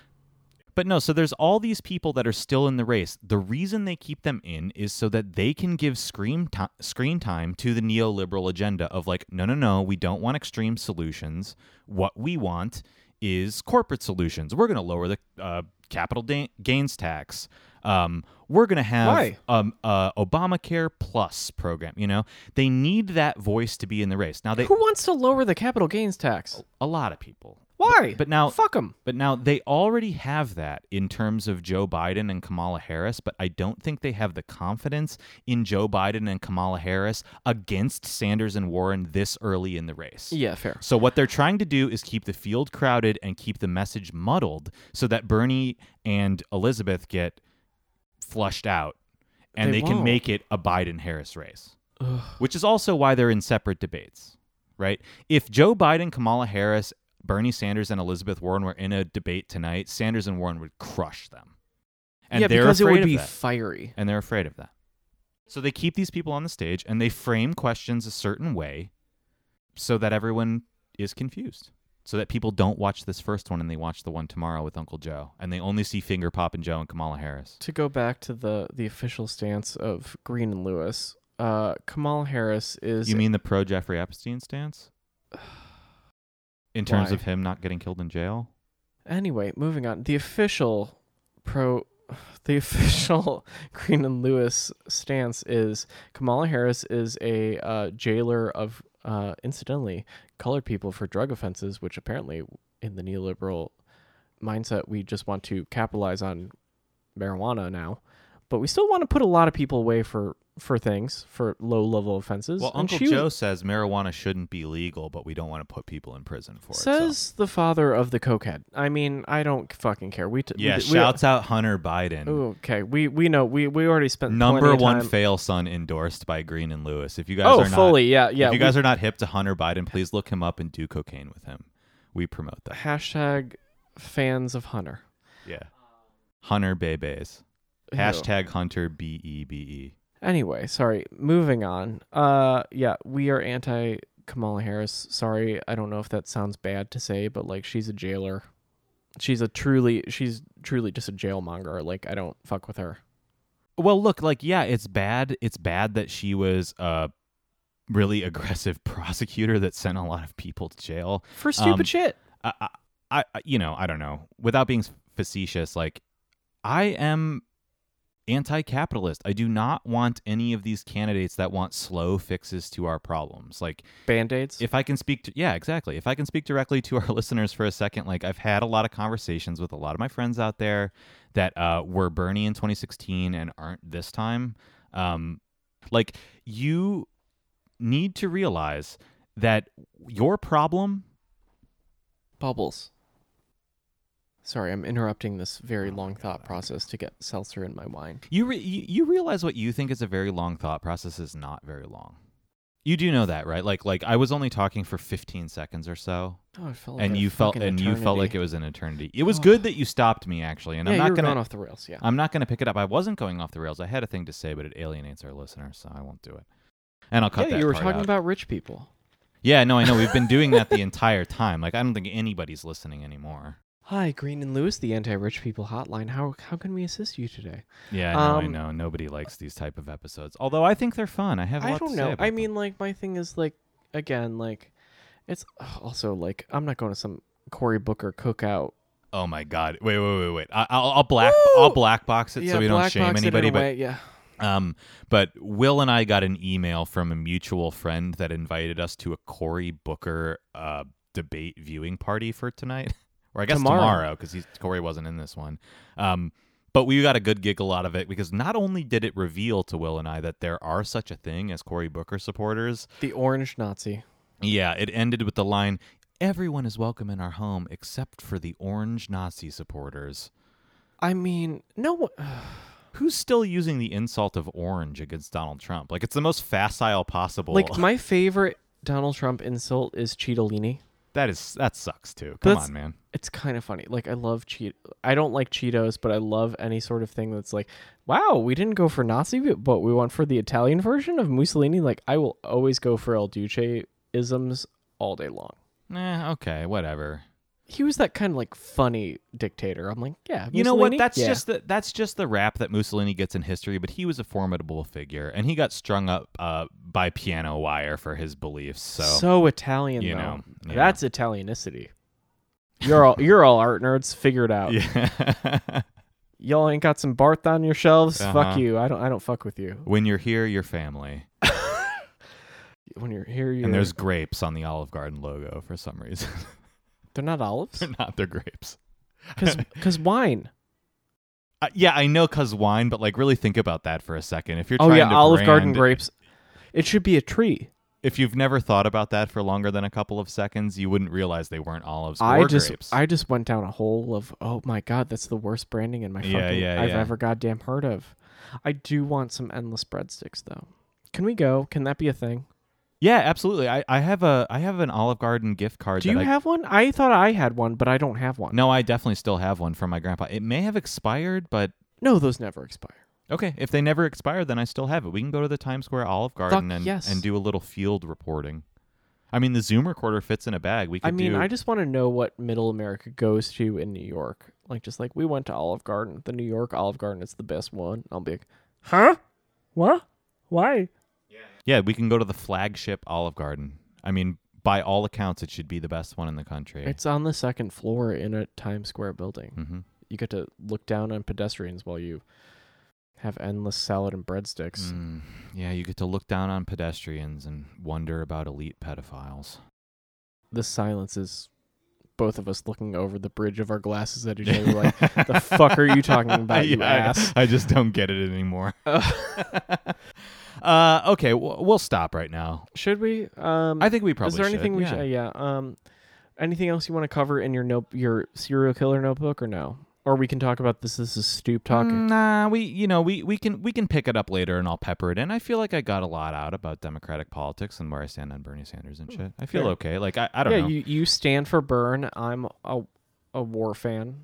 But no, so there's all these people that are still in the race. The reason they keep them in is so that they can give screen ti- screen time to the neoliberal agenda of like, no, no, no, we don't want extreme solutions. What we want is corporate solutions. We're going to lower the uh, capital da- gains tax. Um, we're going to have
Why?
um uh, Obamacare Plus program. You know, they need that voice to be in the race. Now they
Who wants to lower the capital gains tax?
a lot of people.
Why?
but now-
fuck them.
But now they already have that in terms of Joe Biden and Kamala Harris, but I don't think they have the confidence in Joe Biden and Kamala Harris against Sanders and Warren this early in the race.
Yeah, fair.
So what they're trying to do is keep the field crowded and keep the message muddled so that Bernie and Elizabeth get flushed out and
They
they, can
won't.
make it a Biden Harris race.
Ugh.
Which is also why they're in separate debates, right? If Joe Biden, Kamala Harris, Bernie Sanders and Elizabeth Warren were in a debate tonight, Sanders and Warren would crush them. And
yeah,
they're
because it
afraid
would
of
be
that
fiery.
and they're afraid of that. So they keep these people on the stage and they frame questions a certain way so that everyone is confused. So that people don't watch this first one and they watch the one tomorrow with Uncle Joe and they only see Finger Pop and Joe and Kamala Harris.
to go back to the the official stance of Green and Lewis, uh, Kamala Harris is
You mean the pro Jeffrey Epstein stance? In terms
Why?
of him not getting killed in jail?
anyway. Moving on, the official pro, (sighs) the (laughs) official Green and Lewis stance is Kamala Harris is a uh, jailer of, uh, incidentally, colored people for drug offenses, which apparently in the neoliberal mindset we just want to capitalize on marijuana now, but we still want to put a lot of people away for for things for low level offenses.
Well,
And
Uncle
she
Joe says marijuana shouldn't be legal, but we don't want to put people in prison for it.
Says the father of the cokehead. I mean, I don't fucking care. We t-
yeah,
we,
shouts out Hunter Biden.
We, ooh, okay, we we know we we already spent plenty
Number
of
one
time-
fail son endorsed by Green and Lewis. If you guys
oh,
are not
fully, yeah, yeah.
if you guys are not hip to Hunter Biden, please look him up and do cocaine with him. We promote (laughs) that.
hashtag fans of Hunter.
Yeah. Hunter Bebes.
Ew.
Hashtag Hunter B E B E.
Anyway, sorry. Moving on. Uh, yeah, we are anti Kamala Harris. Sorry, I don't know if that sounds bad to say, but like she's a jailer. She's a truly, she's truly just a jailmonger. Like I don't fuck with her.
Well, look, like yeah, it's bad. It's bad that she was a really aggressive (laughs) prosecutor that sent a lot of people to jail.
For stupid
Um,
shit.
I, I- I, you know, I don't know. Without being facetious, like I am anti capitalist. I do not want any of these candidates that want slow fixes to our problems. Like,
Band aids.
if I can speak to, yeah, exactly. If I can speak directly to our (laughs) listeners for a second, like, I've had a lot of conversations with a lot of my friends out there that uh, were Bernie in 2016 and aren't this time. Um, like, you need to realize that your problem
Bubbles. Sorry, I'm interrupting this
Oh
very long thought process to get seltzer in my wine.
You, re- you you realize what you think is a very long thought process is not very long. You do know that, right? Like like I was only talking for 15 seconds or so
Oh, it felt
and
like a
you felt
fucking
and you felt like
eternity.
it was an eternity. It was
Oh.
good that you stopped me actually, and
yeah,
I'm not
you were
going
going
to
off the rails. Yeah.
I'm not going to pick it up. I wasn't going off the rails. I had a thing to say, but it alienates our listeners, so I won't do it. And I'll cut
yeah,
that
you were
part
talking
out.
about rich people.
Yeah, no, I know. We've been doing that the (laughs) entire time. Like I don't think anybody's listening anymore.
Hi, Green and Lewis, the anti-rich people hotline. How how can we assist you today?
Yeah, I know, I
Um,
know. Nobody likes these type of episodes. Although I think they're fun. I have a lot to
I don't
say
know.
about
I
them.
mean, like my thing is like again, like it's also like I'm not going to some Cory Booker cookout.
Oh my god! Wait, wait, wait, wait! I, I'll, I'll black,
Woo!
I'll black box it so we don't
black
shame
box it in
anybody.
a
But
way, yeah,
um, but Will and I got an email from a mutual friend that invited us to a Cory Booker uh debate viewing party for tonight, (laughs) or I guess
Tomorrow.
tomorrow because he's Corey wasn't in this one. Um, but we got a good giggle out of it because not only did it reveal to Will and I that there are such a thing as Cory Booker supporters,
the orange Nazi.
yeah, it ended with the line Everyone is welcome in our home except for the orange Nazi supporters.
I mean, no one.
Who's still using the insult of orange against Donald Trump? Like it's the most facile possible.
Like my favorite Donald Trump insult is Cheetolini.
that is that sucks too. Come
That's-
on, man.
It's kind of funny. Like I love cheat. I don't like Cheetos, but I love any sort of thing that's like, wow, we didn't go for Nazi, but we went for the Italian version of Mussolini. Like I will always go for El Duce isms all day long.
Eh, okay, whatever.
He was that kind of like funny dictator. I'm like, yeah,
You know what?
Mussolini?
That's
Yeah.
just the that's just the rap that Mussolini gets in history. But he was a formidable figure, and he got strung up uh, by piano wire for his beliefs. So,
Italian.
you
though.
know, yeah.
that's Italianicity. You're all you're all art nerds. Figure it
(laughs)
out.
yeah.
Y'all ain't got some Barth on your shelves.
Uh-huh.
Fuck you. I don't. I don't fuck with you.
when you're here, you're family.
When you're here, you're.
And there's grapes on the Olive Garden logo for some reason. (laughs)
they're not olives.
They're not. They're grapes. (laughs)
Because wine.
Uh, yeah, I know, cause wine, but like, really think about that for a second. If you're
Oh
trying
yeah,
to
Olive Garden
brand-
grapes. It should be a tree.
if you've never thought about that for longer than a couple of seconds, you wouldn't realize they weren't olives
I
or
just
grapes.
I just went down a hole of oh my god, that's the worst branding in my
Yeah,
fucking
yeah,
I've
yeah.
ever goddamn heard of. I do want some endless breadsticks though. Can we go? Can that be a thing?
yeah, absolutely. I, I have a I have an Olive Garden gift card.
Do
that
you
I,
have one? I thought I had one, but I don't have one.
No, I definitely still have one from my grandpa. It may have expired, but
No, those never expire.
okay. If they never expire, then I still have it. We can go to the Times Square Olive Garden and
yes.
and do a little field reporting. I mean, the Zoom recorder fits in a bag. We could
I mean,
do.
I just want to know what middle America goes to in New York. Like just like we went to Olive Garden. The New York Olive Garden is the best one. I'll be like, Huh? What? Why?
Yeah, we can go to the flagship Olive Garden. I mean, by all accounts, it should be the best one in the country.
It's on the second floor in a Times Square building.
mm-hmm.
You get to look down on pedestrians while you have endless salad and breadsticks.
Mm, yeah, you get to look down on pedestrians and wonder about elite pedophiles.
The silence is both of us looking over the bridge of our glasses at each
(laughs)
other like, "The fuck are you talking about, you
Yeah, I-
ass?"
I, just don't get it
(laughs)
anymore.
Ugh.
(laughs) uh, okay, w- we'll stop right now.
should we? Um,
I think we probably
is there
should,
anything we
yeah.
should? Yeah. Um, anything else you want to cover in your note, your serial killer notebook, or no? Or we can talk about this. This is Stoop talking.
Mm, Nah, we you know we we can we can pick it up later and I'll pepper it in. I feel like I got a lot out about Democratic politics and where I stand on Bernie Sanders and shit. I feel
Fair.
okay. Like I, I don't
yeah,
know.
you you stand for burn. I'm a a
(gasps)
war fan.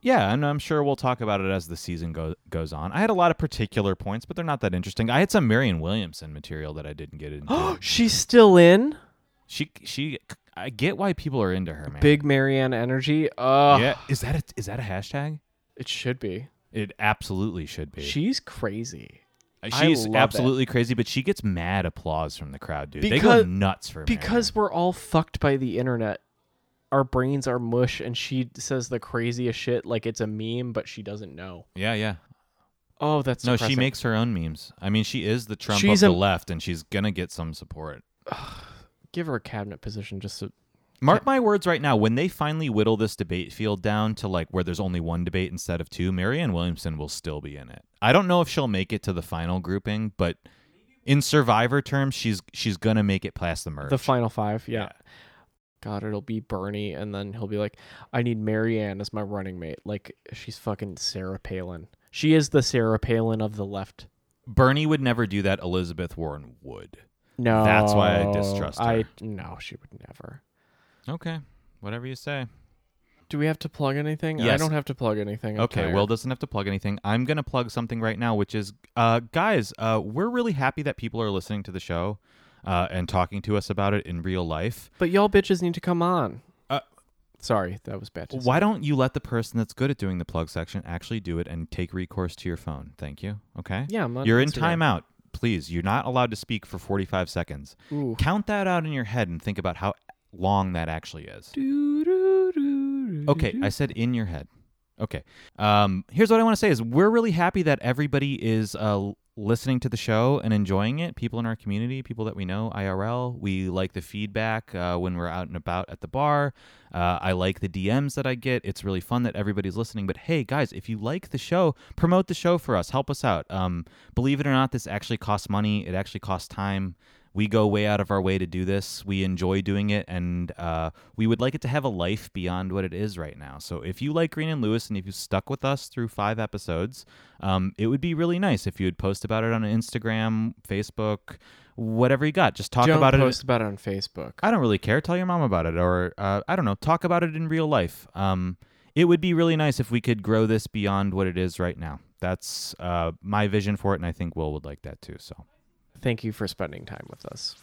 Yeah, and I'm sure we'll talk about it as the season go- goes on. I had a lot of particular points, but they're not that interesting. I had some Marion Williamson material that I didn't get
(gasps)
into.
She's still in
she she I get why people are into her, man.
Big Marianne energy. Uh
Yeah, is that a, is that a hashtag?
it should be.
It absolutely should be.
She's crazy.
Uh,
I
She's
love it.
absolutely crazy, but she gets mad applause from the crowd, dude. they go
Because-
nuts for Marion.
Because we're all fucked by the internet. Our brains are mush and she says the craziest shit like it's a meme but she doesn't know.
Yeah, yeah.
Oh, that's
No, she
depressing.
makes her own memes. I mean, she is the Trump
She's
of
a-
the left, and she's gonna get some support.
give her a cabinet position just to
Mark my words right now, when they finally whittle this debate field down to like where there's only one debate instead of two, Marianne Williamson will still be in it. I don't know if she'll make it to the final grouping, but in survivor terms, she's she's gonna make it past the merge.
the final five. Yeah. God, it'll be Bernie, and then he'll be like, "I need Marianne as my running mate." Like she's fucking Sarah Palin. She is the Sarah Palin of the left.
Bernie would never do that, Elizabeth Warren would.
No,
That's why I distrust
I
her.
no, she would never.
Okay. Whatever you say.
Do we have to plug anything? I
Yes.
don't have to plug anything. I'm
okay,
tired.
Will doesn't have to plug anything. I'm going to plug something right now, which is, uh, guys, uh, we're really happy that people are listening to the show uh, and talking to us about it in real life.
but y'all bitches need to come on.
Uh,
Sorry, that was bad. to say.
Why don't you let the person that's good at doing the plug section actually do it and take recourse to your phone? Thank you. Okay.
Yeah, I'm on
You're in
Instagram.
timeout. Please, you're not allowed to speak for 45 seconds.
Ooh.
Count that out in your head and think about how long that actually is.
Doo-doo-doo-doo-doo.
Okay, I said in your head. Okay. Um, here's what I want to say is we're really happy that everybody is uh, listening to the show and enjoying it. People in our community, people that we know, IRL. We like the feedback uh, when we're out and about at the bar. Uh, I like the DMs that I get. It's really fun that everybody's listening. But hey, guys, if you like the show, promote the show for us. Help us out. Um, believe it or not, this actually costs money. It actually costs time. We go way out of our way to do this. We enjoy doing it, and uh, we would like it to have a life beyond what it is right now. So, if you like Green and Lewis, and if you stuck with us through five episodes, um, it would be really nice if you would post about it on Instagram, Facebook, whatever you got. Just talk
Don't
about it.
post about it on Facebook.
I don't really care. Tell your mom about it, or uh, I don't know. Talk about it in real life. Um, it would be really nice if we could grow this beyond what it is right now. That's uh, my vision for it, and I think Will would like that too. So
Thank you for spending time with us.